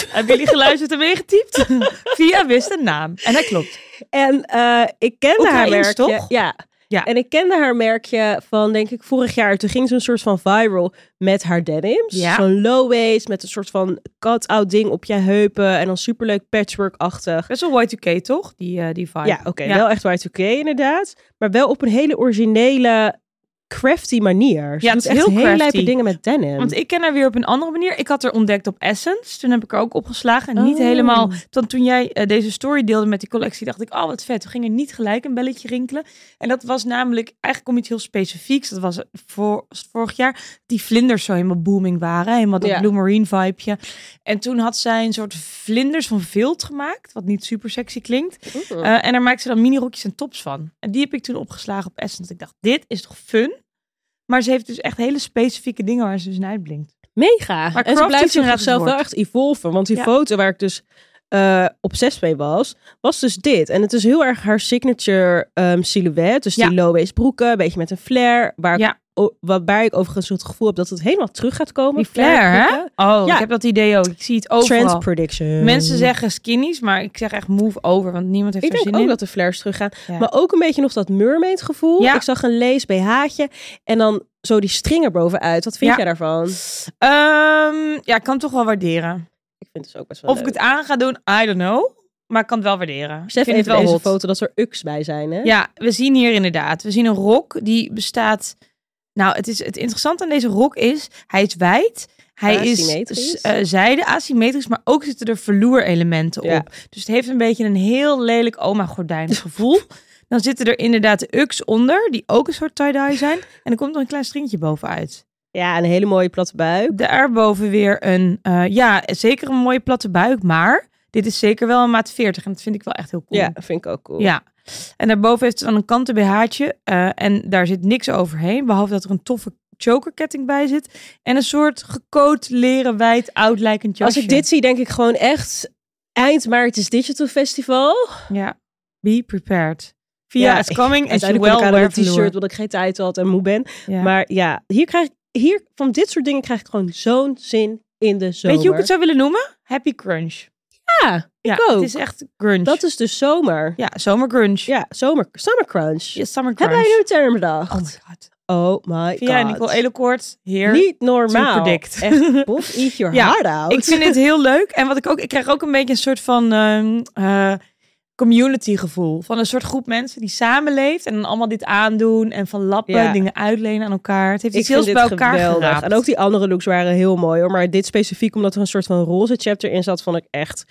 Speaker 2: Hebben jullie geluisterd en meegetypt? Via wist de naam. En dat klopt.
Speaker 1: En eh, ik kende haar
Speaker 2: Oekraïens,
Speaker 1: merkje.
Speaker 2: toch?
Speaker 1: Ja.
Speaker 2: Ja.
Speaker 1: En ik kende haar merkje van, denk ik, vorig jaar. Toen ging ze een soort van viral met haar denims.
Speaker 2: Ja.
Speaker 1: Zo'n low waist met een soort van cut-out ding op je heupen. En dan superleuk patchwork-achtig.
Speaker 2: Best wel Y2K, toch? Die, eh, die vibe.
Speaker 1: Ja, oké. Wel echt Y2K inderdaad. Maar wel op een hele originele, crafty manier. Ze
Speaker 2: Ja, het
Speaker 1: doet echt
Speaker 2: is heel
Speaker 1: hele
Speaker 2: crafty.
Speaker 1: lijpe dingen met denim.
Speaker 2: Want ik ken haar weer op een andere manier. Ik had haar ontdekt op Essence. Toen heb ik haar ook opgeslagen. En niet
Speaker 1: Oh.
Speaker 2: helemaal. Want toen jij eh, deze story deelde met die collectie, dacht ik, oh wat vet. Toen ging er niet gelijk een belletje rinkelen. En dat was namelijk eigenlijk om iets heel specifieks. Dat was eh, voor, vorig jaar. Die vlinders zo helemaal booming waren. Helemaal dat
Speaker 1: Ja.
Speaker 2: Blue Marine vibeje. En toen had zij een soort vlinders van vilt gemaakt. Wat niet super sexy klinkt.
Speaker 1: Mhm.
Speaker 2: Eh, en daar maakte ze dan minirokjes en tops van. En die heb ik toen opgeslagen op Essence. Ik dacht, dit is toch fun? Maar ze heeft dus echt hele specifieke dingen waar ze dus naar uitblinkt.
Speaker 1: Mega.
Speaker 2: Maar
Speaker 1: en ze
Speaker 2: crafty
Speaker 1: blijft
Speaker 2: is inderdaad
Speaker 1: zichzelf
Speaker 2: het
Speaker 1: wel
Speaker 2: woord.
Speaker 1: echt evolven. Want die
Speaker 2: Ja.
Speaker 1: foto waar ik dus eh obsessed mee was, was dus dit. En het is heel erg haar signature ehm silhouet. Dus die low-waist broeken, een beetje met een flare. Waar ik,
Speaker 2: Ja.
Speaker 1: o- waarbij ik overigens het gevoel heb dat het helemaal terug gaat komen.
Speaker 2: Die flare, hè?
Speaker 1: broeken.
Speaker 2: Oh,
Speaker 1: Ja.
Speaker 2: ik heb dat idee ook. Ik zie het
Speaker 1: Trend
Speaker 2: overal.
Speaker 1: prediction.
Speaker 2: Mensen zeggen skinnies, maar ik zeg echt move over, want niemand heeft
Speaker 1: Ik
Speaker 2: er
Speaker 1: denk
Speaker 2: zin
Speaker 1: ook
Speaker 2: in.
Speaker 1: dat de flares teruggaan.
Speaker 2: Ja.
Speaker 1: Maar ook een beetje nog dat mermaid gevoel.
Speaker 2: Ja.
Speaker 1: Ik zag een lees BH'tje en dan zo die string er bovenuit. Wat vind
Speaker 2: Ja.
Speaker 1: jij daarvan?
Speaker 2: Ehm, ja, ik kan het toch wel waarderen.
Speaker 1: Ik vind het dus ook best wel
Speaker 2: Of ik het aan ga doen, I don't know. Maar ik kan het wel waarderen.
Speaker 1: Besef
Speaker 2: ik
Speaker 1: even
Speaker 2: vind het wel
Speaker 1: deze
Speaker 2: hot.
Speaker 1: foto dat er uks bij zijn, hè?
Speaker 2: Ja, we zien hier inderdaad. We zien een rok die bestaat. Nou, het, is, het interessante aan deze rok is, hij is wijd. Hij is
Speaker 1: Asymmetrisch.
Speaker 2: s- eh, zijde, asymmetrisch, maar ook zitten er verloer-elementen
Speaker 1: Ja.
Speaker 2: op. Dus het heeft een beetje een heel lelijk oma-gordijn gevoel. Dan zitten er inderdaad de uks onder, die ook een soort tie-dye zijn. En er komt nog een klein stringetje bovenuit.
Speaker 1: Ja, een hele mooie platte buik.
Speaker 2: Daarboven weer een, eh, ja, zeker een mooie platte buik. Maar dit is zeker wel een maat 40 en dat vind ik wel echt heel cool.
Speaker 1: Ja, vind ik ook cool.
Speaker 2: Ja. En daarboven heeft ze dan een kanten BH'tje. eh, en daar zit niks overheen. Behalve dat er een toffe chokerketting bij zit. En een soort gekoot leren wijd oud lijkend
Speaker 1: Als
Speaker 2: jasje.
Speaker 1: ik dit zie, denk ik gewoon echt eind maart is Digital Festival.
Speaker 2: Ja. Be prepared. Via
Speaker 1: Ja,
Speaker 2: it's coming and you
Speaker 1: Uiteindelijk
Speaker 2: well
Speaker 1: kom ik aan
Speaker 2: wear
Speaker 1: een t-shirt,
Speaker 2: t-shirt.
Speaker 1: omdat ik geen tijd had en moe ben.
Speaker 2: Ja.
Speaker 1: Maar ja, hier krijg ik, hier, van dit soort dingen krijg ik gewoon zo'n zin in de zomer.
Speaker 2: Weet je hoe ik het zou willen noemen? Happy crunch.
Speaker 1: Ja,
Speaker 2: Ja,
Speaker 1: ook.
Speaker 2: het is echt grunge.
Speaker 1: dat is dus zomer.
Speaker 2: Ja, zomer grunge.
Speaker 1: Ja, zomer, summer crunch.
Speaker 2: Ja, summer crunch.
Speaker 1: Hebben wij nu een term
Speaker 2: Oh my
Speaker 1: bedacht?
Speaker 2: god.
Speaker 1: Oh my
Speaker 2: Via
Speaker 1: god.
Speaker 2: Nicole Elekoort. Heer.
Speaker 1: Niet
Speaker 2: to
Speaker 1: normaal.
Speaker 2: predict.
Speaker 1: Echt, Bof, eat your
Speaker 2: Ja,
Speaker 1: heart out.
Speaker 2: Ik vind dit heel leuk. En wat ik ook, ik krijg ook een beetje een soort van ehm, eh, community gevoel. Van een soort groep mensen die samenleeft en dan allemaal dit aandoen en van lappen,
Speaker 1: Ja.
Speaker 2: dingen uitlenen aan elkaar. Dus Het heeft
Speaker 1: Ik
Speaker 2: iets
Speaker 1: vind
Speaker 2: heel
Speaker 1: dit
Speaker 2: bij elkaar
Speaker 1: geweldig.
Speaker 2: geraapt.
Speaker 1: En ook die andere looks waren heel mooi hoor. Maar dit specifiek, omdat er een soort van roze chapter in zat, vond ik echt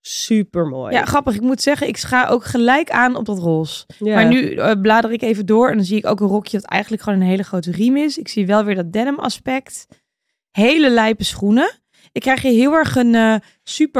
Speaker 1: super mooi.
Speaker 2: Ja, grappig. Ik moet zeggen, ik ga ook gelijk aan op dat roze. Maar nu eh, blader ik even door en dan zie ik ook een rokje dat eigenlijk gewoon een hele grote riem is. Ik zie wel weer dat denim aspect. Hele lijpe schoenen. Ik krijg hier heel erg een eh,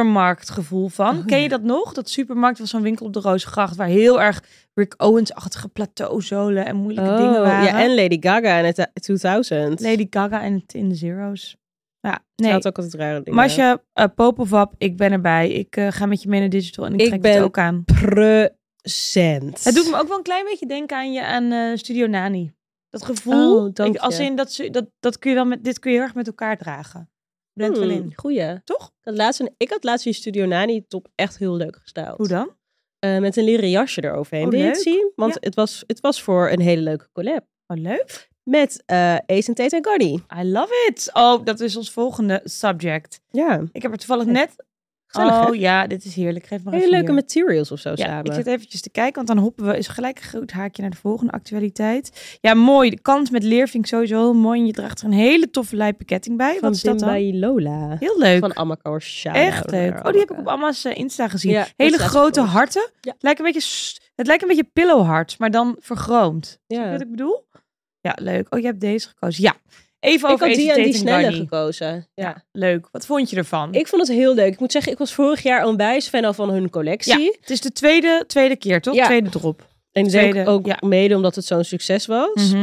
Speaker 2: supermarktgevoel van.
Speaker 1: Oh,
Speaker 2: Ken
Speaker 1: ja.
Speaker 2: je dat nog? Dat supermarkt was zo'n winkel op de Rozengracht waar heel erg Rick Owens-achtige plateauzolen en moeilijke
Speaker 1: Oh,
Speaker 2: dingen waren.
Speaker 1: Ja, en Lady Gaga in het 2000.
Speaker 2: Lady Gaga en het in de zeros. Ja,
Speaker 1: Ze
Speaker 2: nee.
Speaker 1: had ook altijd rare dingen.
Speaker 2: Masha, eh Popovap, ik ben erbij. Ik eh, ga met je mee naar digital en ik,
Speaker 1: Ik
Speaker 2: trek het
Speaker 1: ben-
Speaker 2: ook aan.
Speaker 1: Present.
Speaker 2: Het doet me ook wel een klein beetje denken aan je aan eh, Studio Nani. Dat gevoel,
Speaker 1: Oh, dank
Speaker 2: ik- als
Speaker 1: je.
Speaker 2: in dat, ze- dat, dat kun je wel met dit kun je heel erg met elkaar dragen. Brengt wel
Speaker 1: Hmm,
Speaker 2: in,
Speaker 1: Goeie. Ik
Speaker 2: toch?
Speaker 1: had laatst, een, ik had laatst die Studio Nani top echt heel leuk gestyled.
Speaker 2: Hoe dan?
Speaker 1: Eh, met een leren jasje eroverheen.
Speaker 2: Oh,
Speaker 1: Wil je het
Speaker 2: leuk.
Speaker 1: zien? Want
Speaker 2: Ja.
Speaker 1: het, was, het was voor een hele leuke collab.
Speaker 2: Oh, leuk.
Speaker 1: Met eh Ace en Tate en Cardi.
Speaker 2: I love it. Oh, dat is ons volgende subject.
Speaker 1: Ja.
Speaker 2: Ik heb er toevallig
Speaker 1: Leuk.
Speaker 2: net.
Speaker 1: Gezellig, hè?
Speaker 2: oh ja, dit is heerlijk. Geef maar
Speaker 1: Hele
Speaker 2: even
Speaker 1: leuke
Speaker 2: hier.
Speaker 1: materials of zo
Speaker 2: Ja,
Speaker 1: samen.
Speaker 2: ik zit eventjes te kijken, want dan hoppen we. Is gelijk een groot haakje naar de volgende actualiteit. Ja, mooi. De kant met leer vind ik sowieso heel mooi. En je draagt er een hele toffe lijpe ketting bij.
Speaker 1: van
Speaker 2: Wat is dat dan?
Speaker 1: Bimba Lola.
Speaker 2: Heel leuk.
Speaker 1: Van
Speaker 2: oh,
Speaker 1: Amakar Shana.
Speaker 2: Echt leuk. Oh, die heb ik op Amma's eh, Insta gezien.
Speaker 1: Ja, dat
Speaker 2: Hele
Speaker 1: is echt
Speaker 2: grote
Speaker 1: goed.
Speaker 2: harten.
Speaker 1: Ja.
Speaker 2: Het lijkt een beetje, s- het lijkt een beetje pillowhart, maar dan vergroomd. Zie je
Speaker 1: Ja.
Speaker 2: wat ik bedoel? Ja, leuk. Oh, je hebt deze gekozen. Ja. Even
Speaker 1: Ik
Speaker 2: over
Speaker 1: had die
Speaker 2: Ace
Speaker 1: en die
Speaker 2: Tatum
Speaker 1: snelle
Speaker 2: Garni.
Speaker 1: gekozen. Ja.
Speaker 2: Ja, leuk. Wat vond je ervan?
Speaker 1: Ik vond het heel leuk. Ik moet zeggen, ik was vorig jaar onwijs fan al van hun collectie.
Speaker 2: Ja. Het is de tweede, tweede keer, toch?
Speaker 1: Ja.
Speaker 2: Tweede drop.
Speaker 1: En ik
Speaker 2: Tweede,
Speaker 1: denk ook
Speaker 2: ja. Mhm.
Speaker 1: mede omdat het zo'n succes was.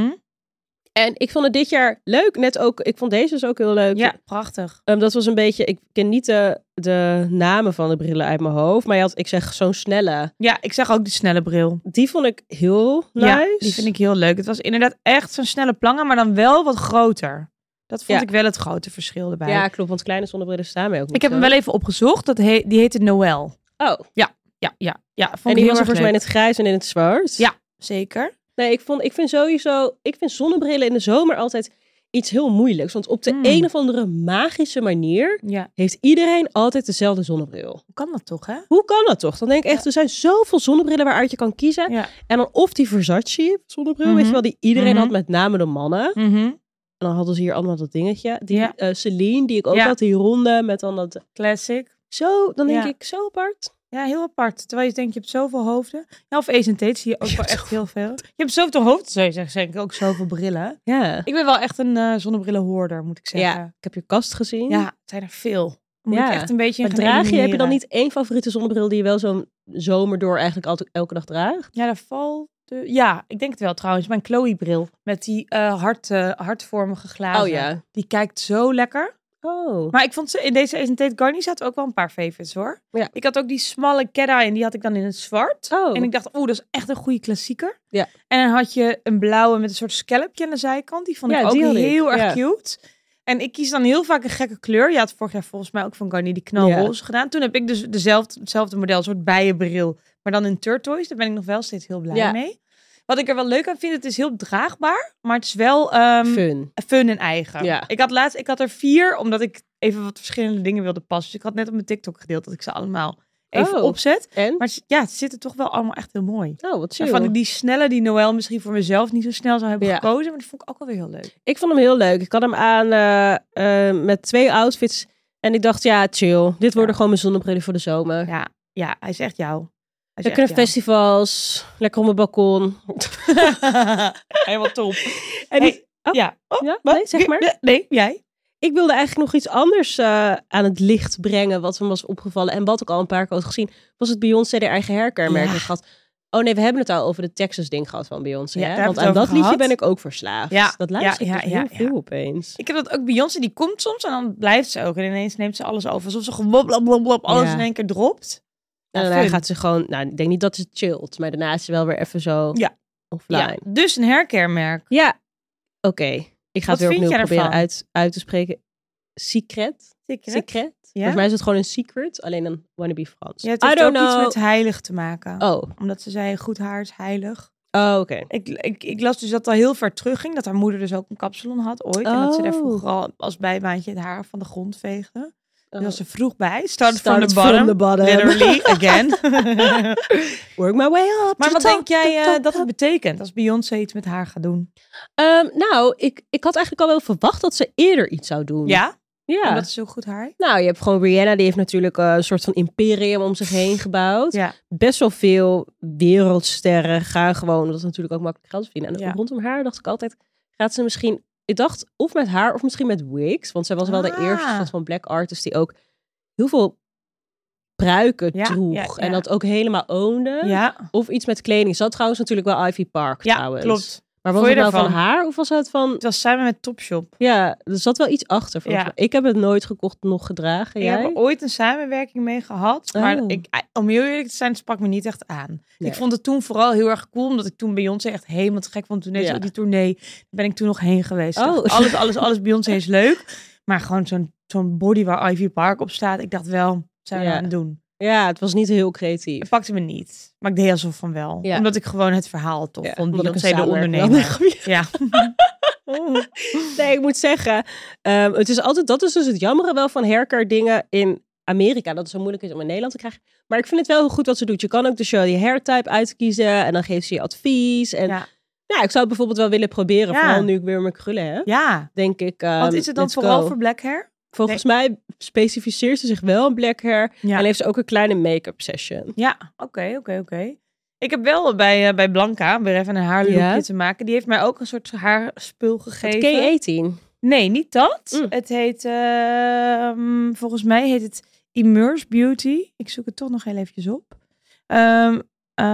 Speaker 1: En ik vond het dit jaar leuk. Net ook, ik vond deze dus ook heel leuk.
Speaker 2: Ja, prachtig.
Speaker 1: Ehm, dat was een beetje, ik ken niet de, de namen van de brillen uit mijn hoofd. Maar je had, ik zeg, zo'n snelle.
Speaker 2: Ja, ik zag ook die snelle bril.
Speaker 1: Die vond ik heel nice.
Speaker 2: Ja, die vind ik heel leuk. Het was inderdaad echt zo'n snelle plangen, maar dan wel wat groter. Dat vond
Speaker 1: Ja.
Speaker 2: ik wel het grote verschil erbij.
Speaker 1: Ja, klopt. Want kleine zonnebrillen staan mij ook niet
Speaker 2: ik heb hem
Speaker 1: zo.
Speaker 2: wel even opgezocht. Dat he- die heette Noël.
Speaker 1: Oh,
Speaker 2: Ja, ja, ja. Vond
Speaker 1: en die
Speaker 2: ik heel
Speaker 1: was er
Speaker 2: erg
Speaker 1: volgens mij in
Speaker 2: leuk.
Speaker 1: het grijs en in het zwart.
Speaker 2: Ja. Zeker.
Speaker 1: Nee, ik, vond, ik vind sowieso, ik vind zonnebrillen in de zomer altijd iets heel moeilijks. Want op de
Speaker 2: Hmm.
Speaker 1: een of andere magische manier
Speaker 2: Ja.
Speaker 1: heeft iedereen altijd dezelfde zonnebril.
Speaker 2: Hoe kan dat toch, hè?
Speaker 1: Hoe kan dat toch? Dan denk ik echt, er zijn zoveel zonnebrillen waaruit je kan kiezen.
Speaker 2: Ja.
Speaker 1: En dan of die Versace zonnebril, weet
Speaker 2: Mhm.
Speaker 1: je wel, die iedereen
Speaker 2: Mhm.
Speaker 1: had, met name de mannen. En dan hadden ze hier allemaal dat dingetje. Die
Speaker 2: Ja.
Speaker 1: eh, Celine, die ik ook
Speaker 2: Ja.
Speaker 1: had, die ronde met dan dat...
Speaker 2: Classic.
Speaker 1: Zo, dan denk
Speaker 2: Ja.
Speaker 1: ik, zo apart.
Speaker 2: Ja, heel apart. Terwijl je denkt, je hebt zoveel hoofden. Ja, of Ace en Tate zie je ook
Speaker 1: Je
Speaker 2: wel
Speaker 1: hebt
Speaker 2: echt heel veel. Je hebt zoveel hoofden, zou je zeggen. Zeker ook zoveel brillen.
Speaker 1: Ja.
Speaker 2: Ik ben wel echt een eh zonnebrillenhoorder, moet ik zeggen.
Speaker 1: Ik heb je kast gezien.
Speaker 2: Ja, het zijn er veel. Daar Moet
Speaker 1: Ja.
Speaker 2: ik echt een beetje in
Speaker 1: Maar
Speaker 2: gaan
Speaker 1: draag je, heb je dan
Speaker 2: elimineren.
Speaker 1: niet één favoriete zonnebril die je wel zo'n zomer door eigenlijk altijd elke dag draagt?
Speaker 2: Ja, dat valt... eh, Ja, ik denk het wel trouwens. Mijn Chloe-bril met die eh hart, eh, hartvormige glazen. Die kijkt zo lekker.
Speaker 1: Oh.
Speaker 2: Maar ik vond ze in deze Asian Tate Garni zaten ook wel een paar favorites hoor.
Speaker 1: Ja.
Speaker 2: Ik had ook die smalle cat eye en die had ik dan in het zwart.
Speaker 1: oh.
Speaker 2: En ik dacht, oeh, dat is echt een goede klassieker.
Speaker 1: Ja.
Speaker 2: En dan had je een blauwe met een soort scalpje aan de zijkant. Die vond
Speaker 1: Ja,
Speaker 2: ik ook
Speaker 1: die had ik,
Speaker 2: heel erg
Speaker 1: ja.
Speaker 2: cute. En ik kies dan heel vaak een gekke kleur. Je had vorig jaar volgens mij ook van Garni die knalroze gedaan. Toen heb ik dus dezelfde, hetzelfde model, een soort bijenbril. Maar dan in turquoise. Daar ben ik nog wel steeds heel blij
Speaker 1: Ja.
Speaker 2: mee. Wat ik er wel leuk aan vind, het is heel draagbaar. Maar het is wel... ehm,
Speaker 1: Fun.
Speaker 2: fun en eigen.
Speaker 1: Ja.
Speaker 2: Ik had laatst, ik had er vier, omdat ik even wat verschillende dingen wilde passen. Dus ik had net op mijn TikTok gedeeld dat ik ze allemaal even
Speaker 1: Oh.
Speaker 2: opzet.
Speaker 1: En?
Speaker 2: Maar ze- ja, het zit er toch wel allemaal echt heel mooi.
Speaker 1: Oh, wat chill.
Speaker 2: Waarvan ik die snelle, die Noël misschien voor mezelf niet zo snel zou hebben
Speaker 1: Ja.
Speaker 2: gekozen. Maar die vond ik ook wel weer heel leuk.
Speaker 1: Ik vond hem heel leuk. Ik had hem aan eh, eh, met twee outfits. En ik dacht, ja, chill. Dit worden gewoon mijn zonnebrillen voor de zomer.
Speaker 2: Ja, ja hij is echt jou. Hij is
Speaker 1: Lekker naar
Speaker 2: echt Oh,
Speaker 1: festivals. Lekker op mijn balkon.
Speaker 2: jou. Helemaal top.
Speaker 1: En die- Oh,
Speaker 2: ja. Oh,
Speaker 1: ja,
Speaker 2: wat?
Speaker 1: nee, zeg maar.
Speaker 2: Nee, jij?
Speaker 1: Ik wilde eigenlijk nog iets anders eh, aan het licht brengen. Wat me was opgevallen. En wat ik al een paar keer had gezien. Was het Beyoncé de eigen haircare-merk
Speaker 2: Ja.
Speaker 1: gehad. Oh nee, we hebben het al over de Texas-ding gehad van Beyoncé.
Speaker 2: Ja,
Speaker 1: hè?
Speaker 2: daar
Speaker 1: Want
Speaker 2: hebben we
Speaker 1: aan
Speaker 2: het
Speaker 1: dat
Speaker 2: over
Speaker 1: liedje
Speaker 2: gehad.
Speaker 1: ben ik ook verslaafd.
Speaker 2: Ja,
Speaker 1: Dat luister
Speaker 2: ja,
Speaker 1: ik dus
Speaker 2: ja,
Speaker 1: heel
Speaker 2: ja.
Speaker 1: veel opeens.
Speaker 2: Ik heb dat ook. Beyoncé die komt soms en dan blijft ze ook. En ineens neemt ze alles over. Alsof ze gewoon blop, blop, blop, alles
Speaker 1: Ja.
Speaker 2: in één keer dropt.
Speaker 1: En
Speaker 2: Ja,
Speaker 1: daarna
Speaker 2: fun.
Speaker 1: gaat ze gewoon, nou, ik denk niet dat ze chillt, maar daarna is ze wel weer even zo
Speaker 2: Ja.
Speaker 1: offline. Ja,
Speaker 2: Ja, dus een haircaremerk.
Speaker 1: oké. Ik ga
Speaker 2: Wat
Speaker 1: het weer
Speaker 2: vind
Speaker 1: opnieuw
Speaker 2: jij
Speaker 1: proberen
Speaker 2: ervan?
Speaker 1: uit, uit te spreken. Secret? Secret? Volgens mij is het gewoon een secret, alleen dan wannabe Frans.
Speaker 2: Ja, het
Speaker 1: I
Speaker 2: heeft ook
Speaker 1: don't
Speaker 2: iets
Speaker 1: know.
Speaker 2: met heilig te maken.
Speaker 1: Oh,
Speaker 2: Omdat ze zei, goed haar is heilig.
Speaker 1: oh oké.
Speaker 2: Ik, ik, ik las dus dat dat heel ver terug ging. Dat haar moeder dus ook een kapsalon had ooit. En dat ze daar
Speaker 1: Oh.
Speaker 2: vroeger al als bijbaantje het haar van de grond veegde. Dus
Speaker 1: Oh.
Speaker 2: was ze vroeg bij. Started,
Speaker 1: Started
Speaker 2: from the bottom.
Speaker 1: from the bottom.
Speaker 2: Literally, again.
Speaker 1: Work my way up.
Speaker 2: maar
Speaker 1: to
Speaker 2: wat
Speaker 1: the
Speaker 2: denk
Speaker 1: top, to
Speaker 2: jij
Speaker 1: the
Speaker 2: eh,
Speaker 1: top,
Speaker 2: dat
Speaker 1: top.
Speaker 2: het betekent als Beyoncé iets met haar gaat doen?
Speaker 1: Ehm, nou, ik, ik had eigenlijk al wel verwacht dat ze eerder iets zou doen.
Speaker 2: Ja?
Speaker 1: Ja.
Speaker 2: Omdat ze zo goed haar heeft.
Speaker 1: Nou, je hebt gewoon Rihanna, die heeft natuurlijk eh, een soort van imperium om zich heen gebouwd.
Speaker 2: Ja.
Speaker 1: Best wel veel wereldsterren gaan gewoon, omdat ze natuurlijk ook makkelijk geld verdienen. En
Speaker 2: Ja.
Speaker 1: rondom haar dacht ik altijd, gaat ze misschien... Ik dacht of met haar of misschien met wigs. Want zij was wel de
Speaker 2: Ah.
Speaker 1: eerste soort van black artist die ook heel veel pruiken
Speaker 2: Ja,
Speaker 1: droeg.
Speaker 2: ja, ja.
Speaker 1: En dat ook helemaal oonde.
Speaker 2: Ja,
Speaker 1: Of iets met kleding. Ze had trouwens natuurlijk wel Ivy Park
Speaker 2: ja
Speaker 1: trouwens.
Speaker 2: klopt.
Speaker 1: Maar was
Speaker 2: Vond
Speaker 1: het
Speaker 2: je
Speaker 1: nou van
Speaker 2: ervan?
Speaker 1: haar of was het van...
Speaker 2: Het was samen met Topshop.
Speaker 1: Ja, er zat wel iets achter. volgens
Speaker 2: Ja.
Speaker 1: mij. Ik heb het nooit gekocht, nog gedragen.
Speaker 2: Ik heb
Speaker 1: Jij?
Speaker 2: er ooit een samenwerking mee gehad. Maar
Speaker 1: Oh.
Speaker 2: ik, eh, om heel eerlijk te zijn, het sprak me niet echt aan.
Speaker 1: Nee.
Speaker 2: Ik vond het toen vooral heel erg cool. Omdat ik toen Beyoncé echt helemaal te gek vond. Toen deed ze
Speaker 1: Ja.
Speaker 2: ook die tournee. Daar ben ik toen nog heen geweest.
Speaker 1: Oh.
Speaker 2: Echt Alles, alles, alles Beyoncé is leuk. Maar gewoon zo'n zo'n body waar Ivy Park op staat. Ik dacht wel, wat zijn we
Speaker 1: Ja.
Speaker 2: nou aan het doen?
Speaker 1: Ja, het was niet heel creatief.
Speaker 2: Het pakte me niet. Maar ik deed alsof van wel.
Speaker 1: Ja.
Speaker 2: Omdat ik gewoon het verhaal tof
Speaker 1: Ja,
Speaker 2: vond.
Speaker 1: omdat het
Speaker 2: Beyoncé de
Speaker 1: samenwerking
Speaker 2: ondernemer. Oh.
Speaker 1: had.
Speaker 2: Ja.
Speaker 1: nee, ik moet zeggen, ehm, het is altijd, dat is dus het jammere wel van haircare dingen in Amerika. Dat het zo moeilijk is om in Nederland te krijgen. Maar ik vind het wel heel goed wat ze doet. Je kan ook dus je hairtype uitkiezen en dan geeft ze je advies. En ja.
Speaker 2: Ja.
Speaker 1: ik zou het bijvoorbeeld wel willen proberen.
Speaker 2: Ja.
Speaker 1: Vooral nu ik weer mijn krullen heb.
Speaker 2: ja.
Speaker 1: Denk ik. ehm,
Speaker 2: Wat is het dan
Speaker 1: let's
Speaker 2: vooral
Speaker 1: go.
Speaker 2: voor black hair?
Speaker 1: Volgens mij specificeert ze zich wel een black hair.
Speaker 2: Ja.
Speaker 1: En heeft ze ook een kleine make-up session.
Speaker 2: Ja, oké, oké, oké. Ik heb wel bij, eh, bij Blanca, om weer even een haarlookje
Speaker 1: Ja.
Speaker 2: te maken, die heeft mij ook een soort haarspul gegeven.
Speaker 1: Het K18.
Speaker 2: Nee, niet dat.
Speaker 1: Mm.
Speaker 2: Het heet, ehm, volgens mij heet het Immerse Beauty. Ik zoek het toch nog heel eventjes op. Ehm, eh,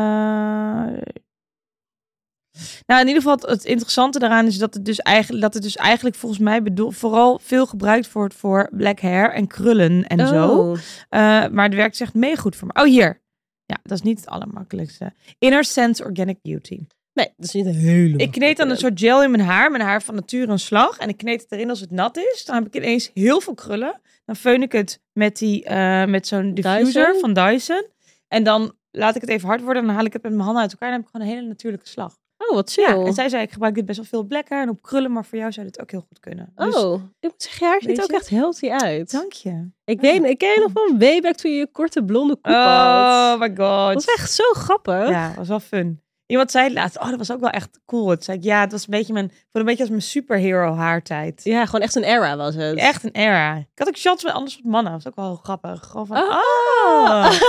Speaker 2: nou, in ieder geval het, het interessante daaraan is dat het dus eigenlijk, dat het dus eigenlijk volgens mij bedoel, vooral veel gebruikt wordt voor black hair en krullen en zo.
Speaker 1: Oh.
Speaker 2: Eh, maar het werkt echt mee goed voor me. Oh, hier. Ja, dat is niet het allermakkelijkste. Inner Sense Organic Beauty.
Speaker 1: Nee, dat is niet een hele.
Speaker 2: Ik kneed dan een soort gel in mijn haar. Mijn haar van nature een slag. En ik kneed het erin als het nat is. Dan heb ik ineens heel veel krullen. Dan föhn ik het met, die, eh, met zo'n diffuser
Speaker 1: Dyson?
Speaker 2: van Dyson. En dan laat ik het even hard worden. En dan haal ik het met mijn handen uit elkaar. En dan heb ik gewoon een hele natuurlijke slag.
Speaker 1: Oh, wat chill.
Speaker 2: Ja, en zij zei, ik gebruik dit best wel veel op black hair en op krullen. Maar voor jou zou dit ook heel goed kunnen. Dus,
Speaker 1: Oh, ik moet zeggen, je haar ziet
Speaker 2: Weet
Speaker 1: ook
Speaker 2: je?
Speaker 1: echt healthy uit.
Speaker 2: dank je.
Speaker 1: Ik weet, ik ken je nog van way back toen je je korte blonde kop had.
Speaker 2: Oh my god.
Speaker 1: Dat is echt zo grappig.
Speaker 2: Ja, was wel fun. Iemand zei laatst, oh, dat was ook wel echt cool. Toen zei ik, ja, het was een beetje mijn, ik voelde een beetje als mijn superhero haartijd.
Speaker 1: Ja, gewoon echt een era was het.
Speaker 2: Echt een era. Ik had ook shots met anders soort mannen. Dat was ook wel grappig. Gewoon van,
Speaker 1: Oh.
Speaker 2: oh.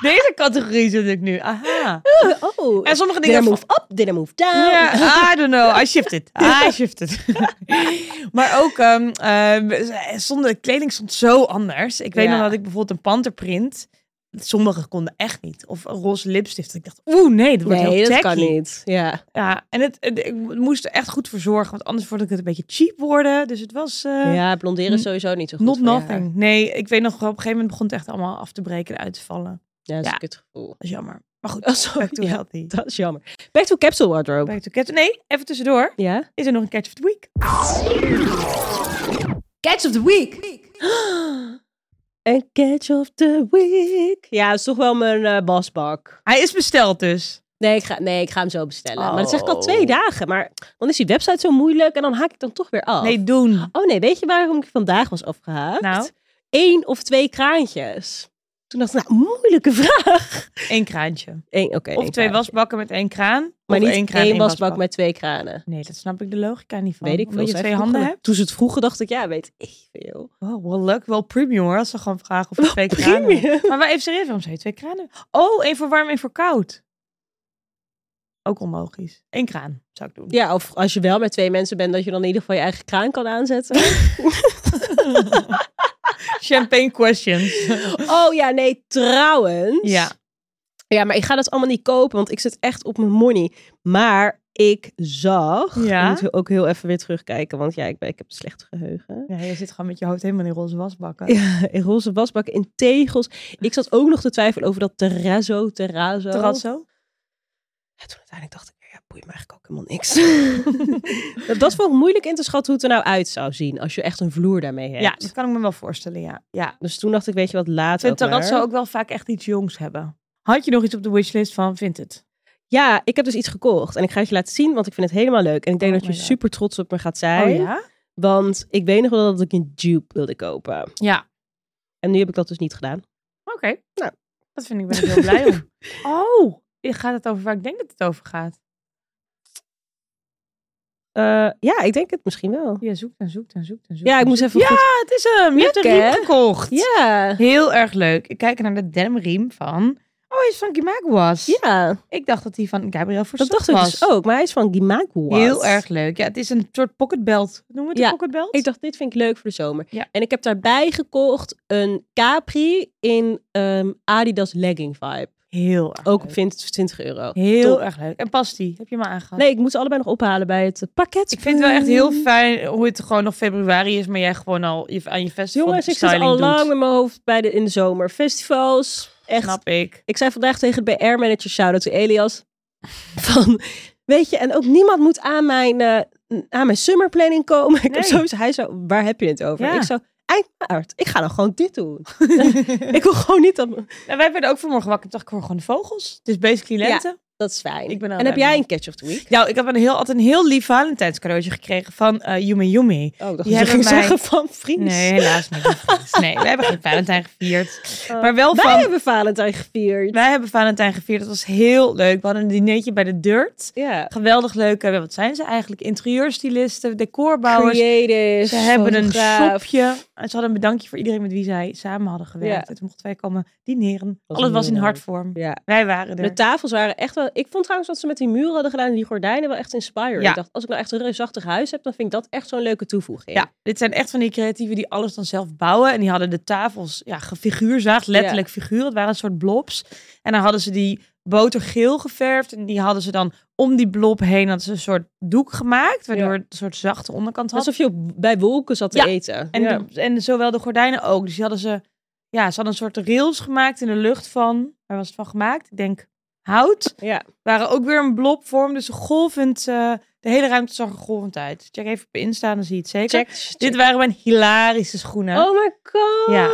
Speaker 2: Deze categorie zit ik nu. Aha.
Speaker 1: Oh,
Speaker 2: En sommige
Speaker 1: did I
Speaker 2: dingen... "Oh."
Speaker 1: move up, did I move down?
Speaker 2: Ja, I don't know. I shifted. I shifted. maar ook, ehm ehm, zonder, de kleding stond zo anders. Ik weet
Speaker 1: Ja.
Speaker 2: nog dat ik bijvoorbeeld een panterprint... Sommige konden echt niet. Of een roze lipstift. Ik dacht, oeh, nee, dat wordt
Speaker 1: Nee,
Speaker 2: heel
Speaker 1: dat
Speaker 2: tacky.
Speaker 1: kan niet. Ja.
Speaker 2: Ja, en het, het- ik moest er echt goed voor zorgen, want anders vond ik het een beetje cheap worden. Dus het was eh,
Speaker 1: ja, blonderen is
Speaker 2: n-
Speaker 1: sowieso niet zo goed.
Speaker 2: not
Speaker 1: voor je haar.
Speaker 2: nothing. Nee, ik weet nog, op een gegeven moment begon het echt allemaal af te breken en uit te vallen.
Speaker 1: Ja, dat is
Speaker 2: Ja.
Speaker 1: ook het gevoel.
Speaker 2: Dat is jammer. Maar goed,
Speaker 1: Oh, sorry.
Speaker 2: back to
Speaker 1: Ja.
Speaker 2: healthy.
Speaker 1: Dat is jammer. Back to capsule wardrobe.
Speaker 2: Back to cat. Nee, even tussendoor.
Speaker 1: Ja?
Speaker 2: Is er nog een catch of the week?
Speaker 1: Catch of the week. Een catch of the week. Ja, dat is toch wel mijn eh, wasbak.
Speaker 2: Hij is besteld dus.
Speaker 1: Nee ik, ga, nee, ik ga hem zo bestellen. Maar dat zeg ik al
Speaker 2: Oh.
Speaker 1: twee dagen. Maar dan is die website zo moeilijk en dan haak ik dan toch weer af.
Speaker 2: Nee, doen.
Speaker 1: Oh nee, weet je waarom ik vandaag was afgehaakt?
Speaker 2: Nou?
Speaker 1: Eén of twee kraantjes. Toen dacht ik, nou, moeilijke vraag.
Speaker 2: Eén kraantje.
Speaker 1: Eén, oké.
Speaker 2: Of
Speaker 1: één
Speaker 2: twee
Speaker 1: kraantje.
Speaker 2: wasbakken met één kraan.
Speaker 1: Maar
Speaker 2: of
Speaker 1: niet
Speaker 2: één kraan,
Speaker 1: één
Speaker 2: één
Speaker 1: wasbak, met twee kranen.
Speaker 2: Nee, dat snap ik de logica niet van.
Speaker 1: Weet ik veel.
Speaker 2: Omdat je
Speaker 1: Zij
Speaker 2: twee
Speaker 1: vroegen
Speaker 2: handen
Speaker 1: het-
Speaker 2: hebt.
Speaker 1: Toen ze het vroegen dacht ik, ja, weet ik veel.
Speaker 2: Wow, wel leuk. Wel premium hoor, als ze gewoon vragen of je twee kranen hebt.
Speaker 1: Premium.
Speaker 2: Maar waar even serieus, waarom zou je twee kranen? Oh, één voor warm, één voor koud. Ook onlogisch. Eén kraan zou ik doen.
Speaker 1: Ja, of als je wel met twee mensen bent, dat je dan in ieder geval je eigen kraan kan aanzetten.
Speaker 2: Champagne questions.
Speaker 1: oh ja, nee, trouwens.
Speaker 2: ja.
Speaker 1: Ja, maar ik ga dat allemaal niet kopen, want ik zit echt op mijn money. Maar ik zag.
Speaker 2: Ja?
Speaker 1: Ik moet ook heel even weer terugkijken, want ja, ik, ben, ik heb een slecht geheugen.
Speaker 2: ja, je zit gewoon met je hoofd helemaal in roze wasbakken.
Speaker 1: Ja, in roze wasbakken, in tegels. Ik zat ook nog te twijfelen over dat terrazzo, terrazzo.
Speaker 2: Terrazzo?
Speaker 1: En toen uiteindelijk dacht ik, ja, boeit me eigenlijk ook helemaal niks. dat, dat vond ik moeilijk in te schatten hoe het er nou uit zou zien, als je echt een vloer daarmee hebt.
Speaker 2: Ja, dat kan ik me wel voorstellen, ja. ja.
Speaker 1: Dus toen dacht ik, weet je wat,
Speaker 2: Ik
Speaker 1: later
Speaker 2: vind terrazzo ook wel vaak echt iets jongs hebben. Had je nog iets op de wishlist van vindt het?
Speaker 1: Ja, ik heb dus iets gekocht en ik ga het je laten zien, want ik vind het helemaal leuk. En ik denk
Speaker 2: Oh
Speaker 1: dat je
Speaker 2: my God.
Speaker 1: super trots op me gaat
Speaker 2: Oh,
Speaker 1: zijn. Want ik weet nog wel dat ik een dupe wilde kopen.
Speaker 2: Ja.
Speaker 1: En nu heb ik dat dus niet gedaan.
Speaker 2: Oké.
Speaker 1: Nou.
Speaker 2: Dat vind ik ben ik heel blij om. Oh, gaat het over waar ik denk dat het over gaat?
Speaker 1: Eh, ja, ik denk het misschien wel.
Speaker 2: Je zoekt en zoekt en zoekt en zoekt.
Speaker 1: Ja, ik
Speaker 2: en
Speaker 1: moest
Speaker 2: zoekt.
Speaker 1: even
Speaker 2: Ja,
Speaker 1: goed...
Speaker 2: het is hem. Je hebt een
Speaker 1: Leuk,
Speaker 2: riem
Speaker 1: hè?
Speaker 2: gekocht.
Speaker 1: Ja,
Speaker 2: Heel erg leuk. Ik kijk naar de denimriem van... Oh, hij is van Gimago was.
Speaker 1: ja.
Speaker 2: Ik dacht dat die van Gabriel
Speaker 1: Dat
Speaker 2: Versace was.
Speaker 1: dacht ik dus ook. Maar hij is van Gimago.
Speaker 2: Heel erg leuk. Ja, het is een soort pocketbelt. Noemen we het
Speaker 1: Ja,
Speaker 2: een pocketbelt?
Speaker 1: Ik dacht, dit vind ik leuk voor de zomer.
Speaker 2: Ja.
Speaker 1: En ik heb daarbij gekocht een Capri in ehm, Adidas legging vibe.
Speaker 2: Heel erg
Speaker 1: Ook
Speaker 2: leuk.
Speaker 1: op 20, 20 euro.
Speaker 2: Heel
Speaker 1: Top.
Speaker 2: erg leuk. En past die? Heb je hem al aangehad?
Speaker 1: Nee, ik moet ze allebei nog ophalen bij het eh, pakket.
Speaker 2: Ik vind het wel echt heel fijn hoe het gewoon nog februari is, maar jij gewoon al je, aan je festival
Speaker 1: Jongens, ik zit
Speaker 2: styling
Speaker 1: al
Speaker 2: doet.
Speaker 1: lang met mijn hoofd bij de, in de zomer. Festivals. Echt.
Speaker 2: Snap ik.
Speaker 1: Ik zei vandaag tegen de BR-manager, shout-out to Elias. Van, weet je, en ook niemand moet aan mijn, eh, aan mijn summerplanning komen. Ik heb
Speaker 2: Nee.
Speaker 1: sowieso, hij zo, waar heb je het over?
Speaker 2: Ja.
Speaker 1: Ik zo, eind maart. Ik ga dan gewoon dit doen. ik wil gewoon niet dat...
Speaker 2: Nou, wij werden ook vanmorgen wakker. Toen dacht ik hoor gewoon vogels. Dus basically
Speaker 1: Ja.
Speaker 2: lente.
Speaker 1: Dat is fijn.
Speaker 2: Ik ben al
Speaker 1: en heb
Speaker 2: blij
Speaker 1: jij
Speaker 2: mee.
Speaker 1: een catch of the week?
Speaker 2: Nou, ik heb een heel, had een heel lief Valentijns cadeautje gekregen van eh Yumi Yumi.
Speaker 1: Oh, ik dacht
Speaker 2: Die
Speaker 1: dat je
Speaker 2: hebben
Speaker 1: ging
Speaker 2: mij-
Speaker 1: zeggen van vrienden.
Speaker 2: Nee, helaas niet. Nee, we hebben geen Valentijn gevierd.
Speaker 1: Oh.
Speaker 2: Maar wel
Speaker 1: Wij
Speaker 2: van...
Speaker 1: hebben Valentijn gevierd.
Speaker 2: Wij hebben Valentijn gevierd. Dat was heel leuk. We hadden een dinertje bij de Dirt.
Speaker 1: Ja.
Speaker 2: Geweldig leuk. Eh, Wat zijn ze eigenlijk? Interieurstylisten, decorbouwers.
Speaker 1: Creators.
Speaker 2: Ze hebben een
Speaker 1: fotograaf.
Speaker 2: shopje. En ze hadden een bedankje voor iedereen met wie zij samen hadden gewerkt.
Speaker 1: Ja.
Speaker 2: En toen mochten wij komen dineren.
Speaker 1: Was
Speaker 2: Alles
Speaker 1: een
Speaker 2: was in
Speaker 1: heel
Speaker 2: hartvorm.
Speaker 1: Ja.
Speaker 2: Wij waren
Speaker 1: De
Speaker 2: er.
Speaker 1: tafels waren echt wel... Ik vond trouwens wat ze met die muren hadden gedaan en die gordijnen wel echt inspiring.
Speaker 2: Ja.
Speaker 1: Ik dacht, als ik nou echt een reusachtig huis heb, dan vind ik dat echt zo'n leuke toevoeging.
Speaker 2: Ja, dit zijn echt van die creatieven die alles dan zelf bouwen. En die hadden de tafels ja, gefiguurzaagd, letterlijk figuur. Het waren een soort blobs. En dan hadden ze die botergeel geverfd. En die hadden ze dan om die blob heen hadden ze een soort doek gemaakt. Waardoor
Speaker 1: Ja.
Speaker 2: het een soort zachte onderkant had.
Speaker 1: Alsof je op, bij wolken zat te
Speaker 2: Ja.
Speaker 1: eten.
Speaker 2: En,
Speaker 1: ja.
Speaker 2: de- en zowel de gordijnen ook. Dus die hadden ze, ja, ze hadden een soort rails gemaakt in de lucht van, waar was het van gemaakt? Ik denk hout.
Speaker 1: Ja.
Speaker 2: Waren ook weer een blobvorm, dus golvend, eh, de hele ruimte zag er golvend uit. Dus Check even op Insta, dan zie je het zeker.
Speaker 1: Check, check.
Speaker 2: Dit waren mijn hilarische schoenen.
Speaker 1: Oh my god.
Speaker 2: Ja.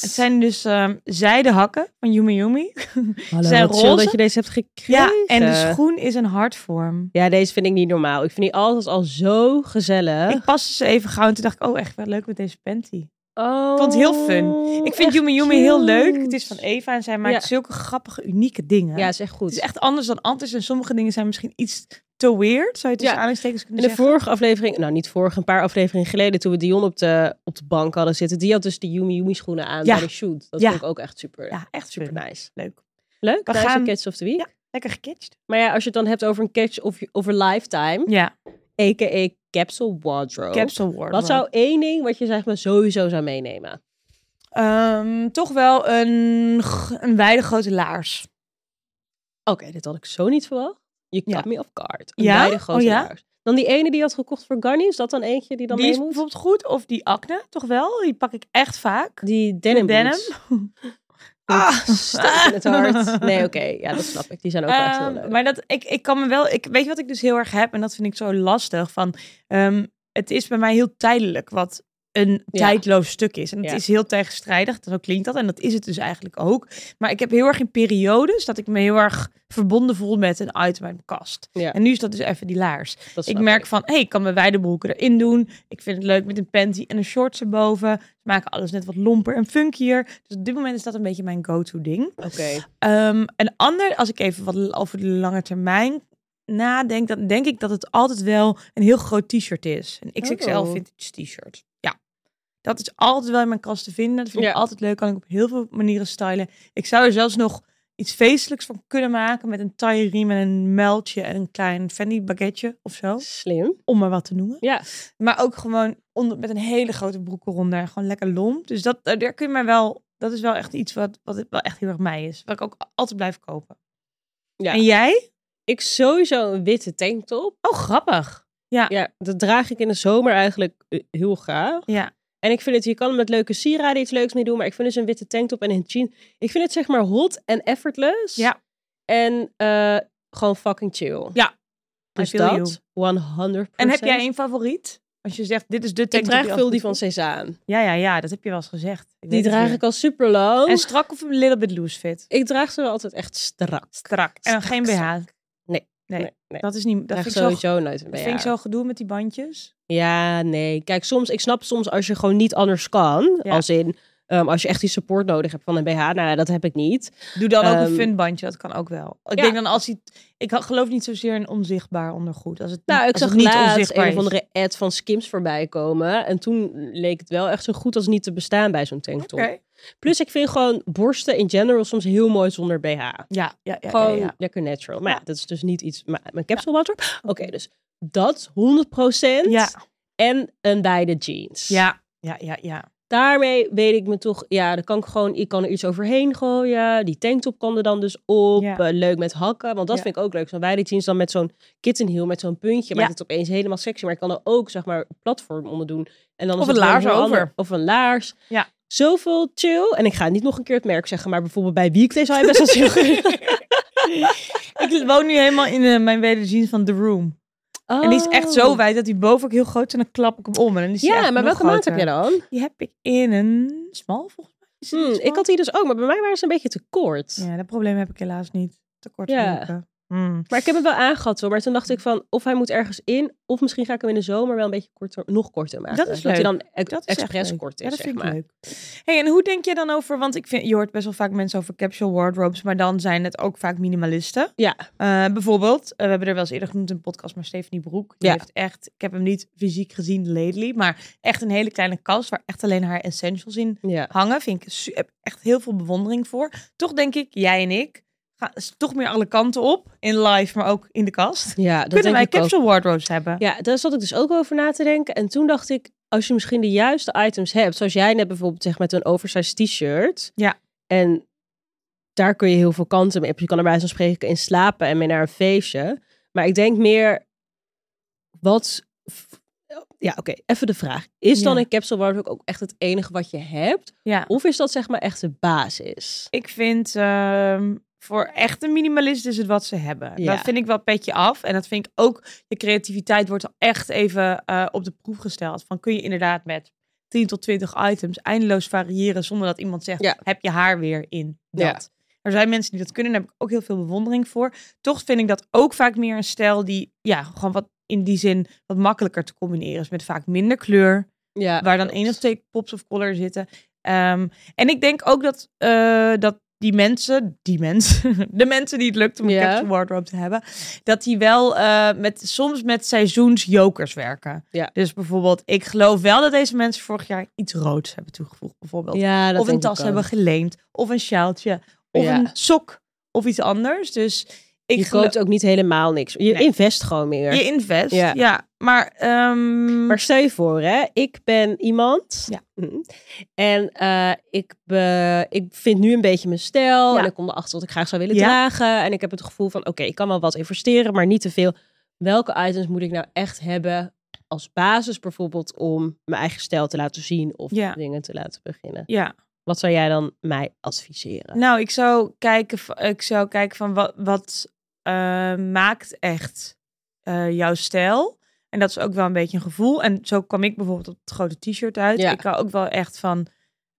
Speaker 2: Het zijn dus ehm zijde hakken van Yumi Yumi.
Speaker 1: Hallo,
Speaker 2: zijn
Speaker 1: wat chill
Speaker 2: roze.
Speaker 1: dat je deze hebt gekregen.
Speaker 2: Ja, en dus de schoen is een hartvorm.
Speaker 1: Ja, deze vind ik niet normaal. Ik vind die altijd al zo gezellig.
Speaker 2: Ik paste ze even gauw en toen dacht ik, oh echt wel leuk met deze panty.
Speaker 1: Oh,
Speaker 2: vond het heel fun. Ik vind Yumi Yumi heel leuk. Het is van Eva en zij maakt
Speaker 1: Ja.
Speaker 2: zulke grappige, unieke dingen.
Speaker 1: Ja, is echt goed.
Speaker 2: Het is echt anders dan anders. En sommige dingen zijn misschien iets te weird. Zou je tussen
Speaker 1: Ja.
Speaker 2: aanhalingstekens kunnen
Speaker 1: In de
Speaker 2: zeggen?
Speaker 1: vorige aflevering, nou niet vorige, een paar afleveringen geleden, toen we Dion op de, op de bank hadden zitten, die had dus die Yumi Yumi schoenen aan
Speaker 2: Ja.
Speaker 1: bij de shoot. Dat
Speaker 2: Ja.
Speaker 1: vond ik ook echt super,
Speaker 2: Ja, echt
Speaker 1: super
Speaker 2: super.
Speaker 1: nice.
Speaker 2: Leuk.
Speaker 1: Leuk, we
Speaker 2: We
Speaker 1: nice
Speaker 2: gaan-
Speaker 1: gaan... catch of the week.
Speaker 2: Ja. Lekker gecatcht.
Speaker 1: Maar ja, als je het dan hebt over een catch of, of a lifetime,
Speaker 2: Ja,
Speaker 1: a.k.a. capsule wardrobe.
Speaker 2: capsule wardrobe.
Speaker 1: Wat zou één ding wat je zeg maar sowieso zou meenemen?
Speaker 2: Ehm, toch wel een, g- een wijde grote laars.
Speaker 1: Oké, dit had ik zo niet verwacht. Je cut
Speaker 2: Ja.
Speaker 1: me off guard. Een
Speaker 2: Ja?
Speaker 1: beide grote
Speaker 2: Oh ja?
Speaker 1: laars. Dan die ene die je had gekocht voor Garni, is dat dan eentje die dan
Speaker 2: die
Speaker 1: mee
Speaker 2: is
Speaker 1: moet?
Speaker 2: bijvoorbeeld goed. Of die acne, toch wel. Die pak ik echt vaak.
Speaker 1: Die denim.
Speaker 2: De denim.
Speaker 1: boots. Ah, staat in het hart. Nee, oké. Ja, dat snap ik. Die zijn ook wel echt heel
Speaker 2: Ehm,
Speaker 1: leuk.
Speaker 2: maar dat, ik, ik kan me wel... Ik, weet je wat ik dus heel erg heb? En dat vind ik zo lastig. Van, ehm, het is bij mij heel tijdelijk wat een
Speaker 1: Ja.
Speaker 2: tijdloos stuk is. En het
Speaker 1: Ja.
Speaker 2: is heel tegenstrijdig. Zo klinkt dat. En dat is het dus eigenlijk ook. Maar ik heb heel erg in periodes dat ik me heel erg verbonden voel met een item uit mijn kast.
Speaker 1: Ja.
Speaker 2: En nu is dat dus even die laars.
Speaker 1: Dat
Speaker 2: Ik
Speaker 1: snap
Speaker 2: merk van, hé, hey, ik kan mijn wijde broeken erin doen. Ik vind het leuk met een panty en een shorts erboven. Ze maken alles net wat lomper en funkier. Dus op dit moment is dat een beetje mijn go-to ding.
Speaker 1: Oké.
Speaker 2: Ehm, een ander, als ik even wat l- over de lange termijn nadenk, dan denk ik dat het altijd wel een heel groot t-shirt is. Een XXL
Speaker 1: Oh.
Speaker 2: vintage t-shirt. Ja. Dat is altijd wel in mijn kast te vinden. Dat vind ik
Speaker 1: Ja.
Speaker 2: altijd leuk. Kan ik op heel veel manieren stylen. Ik zou er zelfs nog iets feestelijks van kunnen maken met een taille riem en een muiltje en een klein fanny baguetje of zo.
Speaker 1: Slim.
Speaker 2: Om maar wat te noemen.
Speaker 1: Ja.
Speaker 2: Maar ook gewoon onder, met een hele grote broek eronder. en Gewoon lekker lomp. Dus dat, eh, daar kun je mij wel... Dat is wel echt iets wat, wat wel echt heel erg mij is. Wat ik ook altijd blijf kopen.
Speaker 1: Ja.
Speaker 2: En jij?
Speaker 1: Ik sowieso een witte tanktop.
Speaker 2: Oh, grappig.
Speaker 1: Ja, dat draag ik in de zomer eigenlijk eh, heel graag.
Speaker 2: Ja.
Speaker 1: En ik vind het, je kan hem met leuke sieraden iets leuks mee doen. Maar ik vind dus een witte tanktop en een jean. Ik vind het zeg maar hot en effortless.
Speaker 2: Ja.
Speaker 1: En eh, gewoon fucking chill.
Speaker 2: Ja.
Speaker 1: Dus
Speaker 2: I feel you.
Speaker 1: dat, 100%.
Speaker 2: En heb jij een favoriet? Als je zegt, dit is de
Speaker 1: Ik
Speaker 2: tank.
Speaker 1: draag veel die van Cezanne.
Speaker 2: Ja, ja, ja. Dat heb je wel eens gezegd. Ik
Speaker 1: Die
Speaker 2: weet het
Speaker 1: draag
Speaker 2: weer.
Speaker 1: ik al super lang.
Speaker 2: En strak of een little bit loose fit?
Speaker 1: Ik draag ze wel altijd echt strak.
Speaker 2: Strak. En
Speaker 1: Strak,
Speaker 2: dan geen BH. Nee.
Speaker 1: Nee, nee.
Speaker 2: Dat is niet... Dat
Speaker 1: draag
Speaker 2: vind ik, zo,
Speaker 1: sowieso nooit een
Speaker 2: dat
Speaker 1: BH.
Speaker 2: vind ik zo gedoe met die bandjes.
Speaker 1: Ja, nee. Kijk, soms, ik snap soms als je gewoon niet anders kan.
Speaker 2: Ja.
Speaker 1: Als in, Ehm, als je echt die support nodig hebt van een BH, nou ja, dat heb ik niet.
Speaker 2: Doe dan ook
Speaker 1: Ehm,
Speaker 2: een funbandje, dat kan ook wel. Ik
Speaker 1: ja.
Speaker 2: denk dan als hij... Ik ha- geloof niet zozeer in onzichtbaar ondergoed. Als het,
Speaker 1: Nou, ik
Speaker 2: als het
Speaker 1: zag
Speaker 2: niet
Speaker 1: laatst
Speaker 2: onzichtbaar
Speaker 1: een of
Speaker 2: is.
Speaker 1: andere ad van Skims voorbij komen. En toen leek het wel echt zo goed als niet te bestaan bij zo'n tanktop.
Speaker 2: Oké.
Speaker 1: Plus ik vind gewoon borsten in general soms heel mooi zonder BH.
Speaker 2: Ja, ja, ja.
Speaker 1: gewoon
Speaker 2: ja, ja.
Speaker 1: lekker natural. Maar ja.
Speaker 2: Ja.
Speaker 1: dat is dus niet iets... Maar mijn capsule water? Oké, dus dat 100%.
Speaker 2: Ja,
Speaker 1: En een beide jeans.
Speaker 2: ja, ja, ja, ja.
Speaker 1: Daarmee weet ik me toch... Ja, dan kan ik gewoon... Ik kan er iets overheen gooien. Die tanktop kan er dan dus op.
Speaker 2: Ja.
Speaker 1: Eh, leuk met hakken. Want dat
Speaker 2: Ja.
Speaker 1: vind ik ook leuk. Zo'n beide jeans dan met zo'n kitten heel met zo'n puntje. Maakt
Speaker 2: Ja.
Speaker 1: het opeens helemaal sexy. Maar ik kan er ook, zeg maar, een platform onder doen. En dan
Speaker 2: Of
Speaker 1: is het
Speaker 2: een laars
Speaker 1: gewoon heel
Speaker 2: over.
Speaker 1: ander- Of een laars.
Speaker 2: Ja.
Speaker 1: Zoveel chill. En ik ga niet nog een keer het merk zeggen. Maar bijvoorbeeld bij Weekday zou je best wel chill kunnen.
Speaker 2: Ik woon nu helemaal in eh, mijn wederzien van The Room. En die is echt
Speaker 1: Oh.
Speaker 2: zo wijd dat die boven ook heel groot is. En dan klap ik hem om. En dan is die
Speaker 1: Ja,
Speaker 2: echt
Speaker 1: maar
Speaker 2: nog
Speaker 1: welke maand heb
Speaker 2: groter.
Speaker 1: jij dan?
Speaker 2: Die heb ik in een smal volgens mij. Is het
Speaker 1: Hmm,
Speaker 2: een
Speaker 1: ik
Speaker 2: smal?
Speaker 1: had die dus ook, maar bij mij waren ze een beetje te kort.
Speaker 2: Ja, dat probleem heb ik helaas niet. Tekort
Speaker 1: Ja.
Speaker 2: gelopen. Hmm.
Speaker 1: Maar ik heb hem wel aangehad hoor. Maar toen dacht ik van, of hij moet ergens in, of misschien ga ik hem in de zomer wel een beetje korter, nog korter maken.
Speaker 2: Dat is
Speaker 1: hij
Speaker 2: leuk.
Speaker 1: dan ex-
Speaker 2: Dat is echt
Speaker 1: expres
Speaker 2: leuk.
Speaker 1: kort is,
Speaker 2: Ja, dat
Speaker 1: zeg
Speaker 2: vind
Speaker 1: maar.
Speaker 2: ik leuk. Hey, en hoe denk je dan over, want ik vind, je hoort best wel vaak mensen over capsule wardrobes, maar dan zijn het ook vaak minimalisten.
Speaker 1: Ja.
Speaker 2: Eh, bijvoorbeeld, eh, we hebben er wel eens eerder genoemd in de podcast, maar Stephanie Broek, die
Speaker 1: Ja.
Speaker 2: heeft echt, ik heb hem niet fysiek gezien lately, maar echt een hele kleine kast waar echt alleen haar essentials in
Speaker 1: Ja.
Speaker 2: hangen. Vind ik su- heb echt heel veel bewondering voor. Toch denk ik, jij en ik, gaan s- toch meer alle kanten op, in live, maar ook in de kast.
Speaker 1: ja, dat
Speaker 2: Kunnen
Speaker 1: denk
Speaker 2: wij
Speaker 1: ik ook.
Speaker 2: capsule wardrobes hebben?
Speaker 1: Ja, daar zat ik dus ook over na te denken. En toen dacht ik, als je misschien de juiste items hebt, zoals jij net bijvoorbeeld zegt met een oversized t-shirt.
Speaker 2: Ja.
Speaker 1: En daar kun je heel veel kanten mee op. Je kan er bij wijze van spreken in slapen en mee naar een feestje. Maar ik denk meer, wat... Ja, oké, even de vraag. Is dan
Speaker 2: Ja.
Speaker 1: een capsule wardrobe ook echt het enige wat je hebt?
Speaker 2: ja.
Speaker 1: Of is dat zeg maar echt de basis?
Speaker 2: Ik vind ehm, voor echte minimalisten is het wat ze hebben.
Speaker 1: Ja.
Speaker 2: Dat vind ik wel petje af. En dat vind ik ook, je creativiteit wordt echt even eh, op de proef gesteld. Van kun je inderdaad met 10 tot 20 items eindeloos variëren zonder dat iemand zegt,
Speaker 1: Ja.
Speaker 2: heb je haar weer in dat.
Speaker 1: Ja.
Speaker 2: Er zijn mensen die dat kunnen, daar heb ik ook heel veel bewondering voor. Toch vind ik dat ook vaak meer een stijl die, ja, gewoon wat in die zin wat makkelijker te combineren is met vaak minder kleur
Speaker 1: Ja,
Speaker 2: waar dan één of twee pops of color zitten. Ehm, en ik denk ook dat, eh, dat die mensen, die mensen, de mensen die het lukt om een
Speaker 1: Ja.
Speaker 2: capsule wardrobe te hebben, dat die wel eh, met, soms met seizoensjokers werken.
Speaker 1: Ja.
Speaker 2: Dus bijvoorbeeld, ik geloof wel dat deze mensen vorig jaar iets roods hebben toegevoegd, bijvoorbeeld.
Speaker 1: Ja, dat
Speaker 2: of een
Speaker 1: denk ik
Speaker 2: tas
Speaker 1: ook.
Speaker 2: hebben geleend, of een sjaaltje, of
Speaker 1: Ja.
Speaker 2: een sok, of iets anders. Dus ik
Speaker 1: Je
Speaker 2: geloof-
Speaker 1: koopt ook niet helemaal niks. Je
Speaker 2: Nee.
Speaker 1: invest gewoon meer.
Speaker 2: je invest.
Speaker 1: Ja.
Speaker 2: Ja, maar, ehm,
Speaker 1: Maar stel je voor, hè, ik ben iemand.
Speaker 2: Ja.
Speaker 1: Mhm. En eh, ik, be- ik vind nu een beetje mijn stijl.
Speaker 2: Ja.
Speaker 1: En ik kom erachter wat ik graag zou willen
Speaker 2: Ja.
Speaker 1: dragen. En ik heb het gevoel van, oké, ik kan wel wat investeren, maar niet te veel. Welke items moet ik nou echt hebben als basis bijvoorbeeld om mijn eigen stijl te laten zien of
Speaker 2: Ja.
Speaker 1: dingen te laten beginnen?
Speaker 2: ja.
Speaker 1: Wat zou jij dan mij adviseren?
Speaker 2: Nou, ik zou kijken, v- ik zou kijken van wat, wat eh, maakt echt eh, jouw stijl. En dat is ook wel een beetje een gevoel. En zo kwam ik bijvoorbeeld op het grote t-shirt uit.
Speaker 1: Ja.
Speaker 2: Ik hou ook wel echt van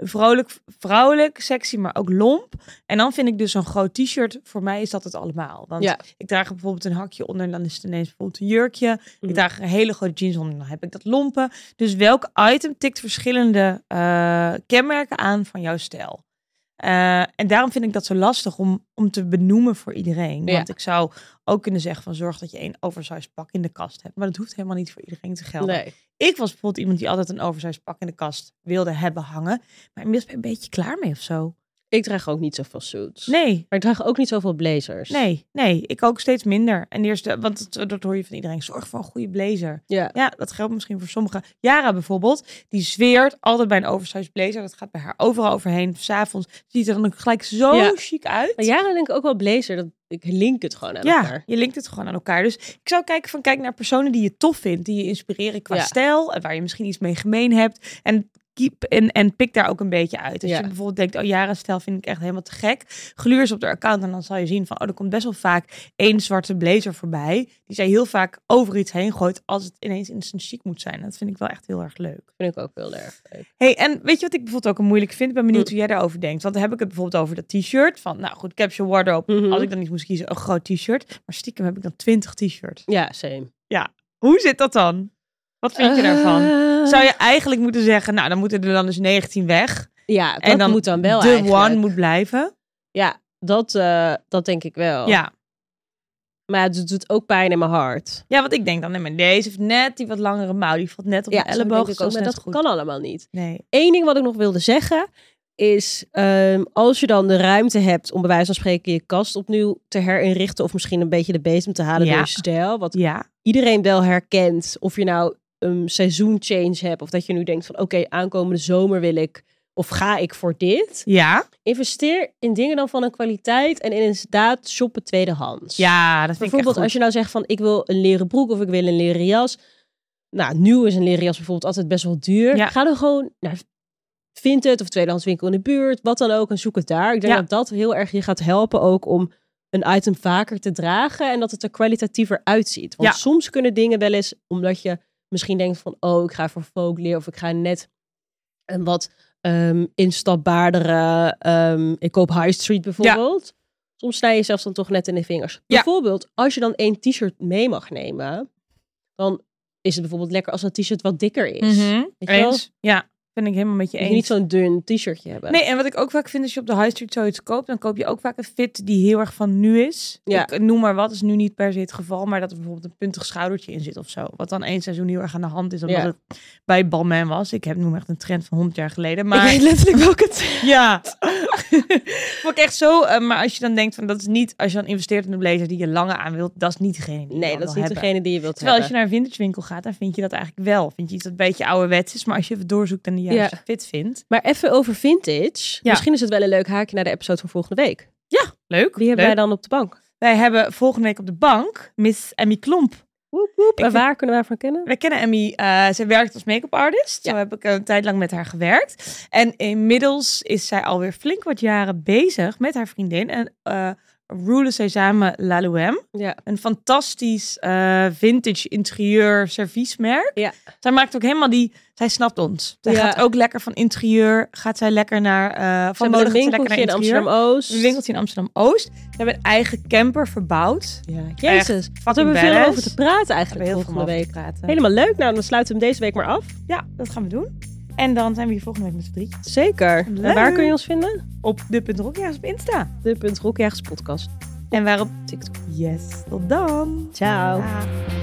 Speaker 2: vrolijk, vrouwelijk, sexy, maar ook lomp. En dan vind ik dus zo'n groot t-shirt, voor mij is dat het allemaal. Want
Speaker 1: Ja.
Speaker 2: ik draag er bijvoorbeeld een hakje onder en dan is het ineens bijvoorbeeld een jurkje.
Speaker 1: Mhm.
Speaker 2: Ik draag een hele grote jeans onder en dan heb ik dat lompen. Dus welk item tikt verschillende eh, kenmerken aan van jouw stijl? Eh, en daarom vind ik dat zo lastig om, om te benoemen voor iedereen.
Speaker 1: Ja.
Speaker 2: Want ik zou ook kunnen zeggen van zorg dat je één oversized pak in de kast hebt. Maar dat hoeft helemaal niet voor iedereen te gelden.
Speaker 1: nee.
Speaker 2: Ik was bijvoorbeeld iemand die altijd een oversized pak in de kast wilde hebben hangen. Maar inmiddels ben ik een beetje klaar mee of zo.
Speaker 1: Ik draag ook niet zoveel suits.
Speaker 2: Nee,
Speaker 1: Maar ik draag ook niet zoveel blazers.
Speaker 2: nee, nee. Ik ook steeds minder. En eerst, de- want dat, dat hoor je van iedereen. Zorg voor een goede blazer.
Speaker 1: Ja.
Speaker 2: Ja, dat geldt misschien voor sommigen. Jara bijvoorbeeld, die zweert altijd bij een oversized blazer. Dat gaat bij haar overal overheen. S'avonds ziet er dan ook gelijk zo
Speaker 1: Ja.
Speaker 2: chic uit.
Speaker 1: Maar jaren denk ik ook wel blazer. Dat, ik link het gewoon aan
Speaker 2: ja,
Speaker 1: elkaar.
Speaker 2: je linkt het gewoon aan elkaar. Dus ik zou kijken van kijk naar personen die je tof vindt, die je inspireren qua
Speaker 1: Ja.
Speaker 2: stijl en waar je misschien iets mee gemeen hebt. En keep en, en pik daar ook een beetje uit. Als
Speaker 1: Ja.
Speaker 2: je bijvoorbeeld denkt, oh Jara stijl vind ik echt helemaal te gek. Gluur eens op haar account en dan zal je zien van, oh er komt best wel vaak één zwarte blazer voorbij. Die zij heel vaak over iets heen gooit als het ineens instant chic moet zijn. Dat vind ik wel echt heel erg leuk.
Speaker 1: Vind ik ook heel erg leuk.
Speaker 2: Hey, en weet je wat ik bijvoorbeeld ook een moeilijk vind? Ik ben
Speaker 1: Mm.
Speaker 2: benieuwd hoe jij daarover denkt. Want dan heb ik het bijvoorbeeld over dat t-shirt. Van, nou goed, capsule wardrobe.
Speaker 1: Mhm.
Speaker 2: Als ik dan niet moest kiezen, een groot t-shirt. Maar stiekem heb ik dan 20 t-shirts.
Speaker 1: Ja, same.
Speaker 2: Hoe zit dat dan? Wat vind je daarvan?
Speaker 1: Eh,
Speaker 2: Zou je eigenlijk moeten zeggen, nou dan moeten er dan dus 19 weg.
Speaker 1: Ja, dat
Speaker 2: en dan
Speaker 1: moet dan wel
Speaker 2: de
Speaker 1: eigenlijk.
Speaker 2: one moet blijven.
Speaker 1: Ja, dat, eh, dat denk ik wel.
Speaker 2: Ja.
Speaker 1: Maar het doet ook pijn in mijn hart.
Speaker 2: ja, want ik denk dan, nee, maar deze heeft net die wat langere mouw. Die valt net op
Speaker 1: ja, zo
Speaker 2: de elleboog.
Speaker 1: denk ik
Speaker 2: dus
Speaker 1: ook, maar
Speaker 2: is net
Speaker 1: dat
Speaker 2: goed.
Speaker 1: kan allemaal niet.
Speaker 2: Nee.
Speaker 1: Eén ding wat ik nog wilde zeggen is, ehm, als je dan de ruimte hebt om bij wijze van spreken je kast opnieuw te herinrichten of misschien een beetje de bezem te halen
Speaker 2: Ja.
Speaker 1: door je stijl, wat
Speaker 2: Ja.
Speaker 1: iedereen wel herkent, of je nou een seizoenchange hebt of dat je nu denkt van oké, aankomende zomer wil ik of ga ik voor dit.
Speaker 2: Ja.
Speaker 1: Investeer in dingen dan van een kwaliteit en inderdaad shoppen tweedehands.
Speaker 2: Ja, dat vind ik echt
Speaker 1: Bijvoorbeeld
Speaker 2: goed.
Speaker 1: als je nou zegt van ik wil een leren broek of ik wil een leren jas. Nou, nieuw is een leren jas bijvoorbeeld altijd best wel duur.
Speaker 2: Ja.
Speaker 1: Ga dan gewoon naar Vinted of tweedehands winkel in de buurt, wat dan ook en zoek het daar. Ik denk
Speaker 2: Ja.
Speaker 1: dat dat heel erg je gaat helpen ook om een item vaker te dragen en dat het er kwalitatiever uitziet. Want
Speaker 2: Ja.
Speaker 1: soms kunnen dingen wel eens omdat je misschien denkt van oh, ik ga voor folkleer of ik ga net een wat ehm instapbaardere ehm, ik koop high street bijvoorbeeld. Soms snij je jezelf dan toch net in de vingers. Bijvoorbeeld, als je dan één t-shirt mee mag nemen, dan is het bijvoorbeeld lekker als dat t-shirt wat dikker is.
Speaker 2: Mhm.
Speaker 1: Weet je wel?
Speaker 2: Eens. Ja, ben ik helemaal met je
Speaker 1: Dat je
Speaker 2: eens.
Speaker 1: niet zo'n dun t-shirtje hebben.
Speaker 2: Nee, en wat ik ook vaak vind, als je op de high street zoiets koopt, dan koop je ook vaak een fit die heel erg van nu is.
Speaker 1: Ja.
Speaker 2: Ik noem maar wat, is nu niet per se het geval, maar dat er bijvoorbeeld een puntig schoudertje in zit of zo. Wat dan één seizoen heel erg aan de hand is, omdat
Speaker 1: Ja.
Speaker 2: het bij Balmain was. Ik heb nu echt een trend van 100 jaar geleden,
Speaker 1: maar...
Speaker 2: maar
Speaker 1: letterlijk welke het...
Speaker 2: ja. Vond ik echt zo, eh, maar als je dan denkt van, dat is niet, als je dan investeert in een blazer die je lange aan wilt, dat is niet degene die je
Speaker 1: Nee,
Speaker 2: dan
Speaker 1: dat is
Speaker 2: wil
Speaker 1: niet
Speaker 2: hebben.
Speaker 1: degene die je wilt
Speaker 2: Terwijl als je
Speaker 1: hebben.
Speaker 2: naar een vintage winkel gaat, dan vind je dat eigenlijk wel. Vind je iets dat een beetje ouderwets is, maar als je even doorzoekt en de juiste fit vindt.
Speaker 1: Maar even over vintage.
Speaker 2: Ja.
Speaker 1: Misschien is het wel een leuk haakje naar de episode van volgende week.
Speaker 2: Ja, leuk.
Speaker 1: Wie hebben
Speaker 2: leuk.
Speaker 1: wij dan op de bank?
Speaker 2: Wij hebben volgende week op de bank Miss Emmy Klomp.
Speaker 1: Woep, woep.
Speaker 2: Ik
Speaker 1: En
Speaker 2: vind-
Speaker 1: waar kunnen wij van kennen?
Speaker 2: Wij kennen Emmy, eh, zij werkt als make-up artist. Zo heb ik een tijd lang met haar gewerkt. En inmiddels is zij alweer flink wat jaren bezig met haar vriendin. En eh rulen zij samen Lalouem.
Speaker 1: Ja.
Speaker 2: Een fantastisch eh, vintage interieur serviesmerk.
Speaker 1: Ja.
Speaker 2: Zij maakt ook helemaal die... Zij snapt ons. Zij
Speaker 1: Ja.
Speaker 2: gaat ook lekker van interieur. Gaat zij lekker naar... eh
Speaker 1: Van
Speaker 2: van
Speaker 1: een
Speaker 2: mode gaat zij lekker
Speaker 1: winkeltje
Speaker 2: naar
Speaker 1: in
Speaker 2: interieur.
Speaker 1: Amsterdam-Oost.
Speaker 2: Een winkeltje in Amsterdam-Oost. Ze hebben een eigen camper verbouwd.
Speaker 1: Ja, Jezus, wat hebben we veel
Speaker 2: badass.
Speaker 1: over te praten
Speaker 2: We
Speaker 1: eigenlijk
Speaker 2: heel veel
Speaker 1: volgende
Speaker 2: over te
Speaker 1: week.
Speaker 2: praten.
Speaker 1: Helemaal leuk. Nou, dan sluiten we hem deze week maar af.
Speaker 2: Ja, dat gaan we doen. En dan zijn we hier volgende week met z'n drie
Speaker 1: Zeker. En
Speaker 2: Leuk.
Speaker 1: waar kun je ons vinden?
Speaker 2: op de.rokjaars op Insta.
Speaker 1: De Punt Rokjagers podcast.
Speaker 2: En waarop
Speaker 1: TikTok.
Speaker 2: Yes, tot dan.
Speaker 1: Ciao.
Speaker 2: Dag.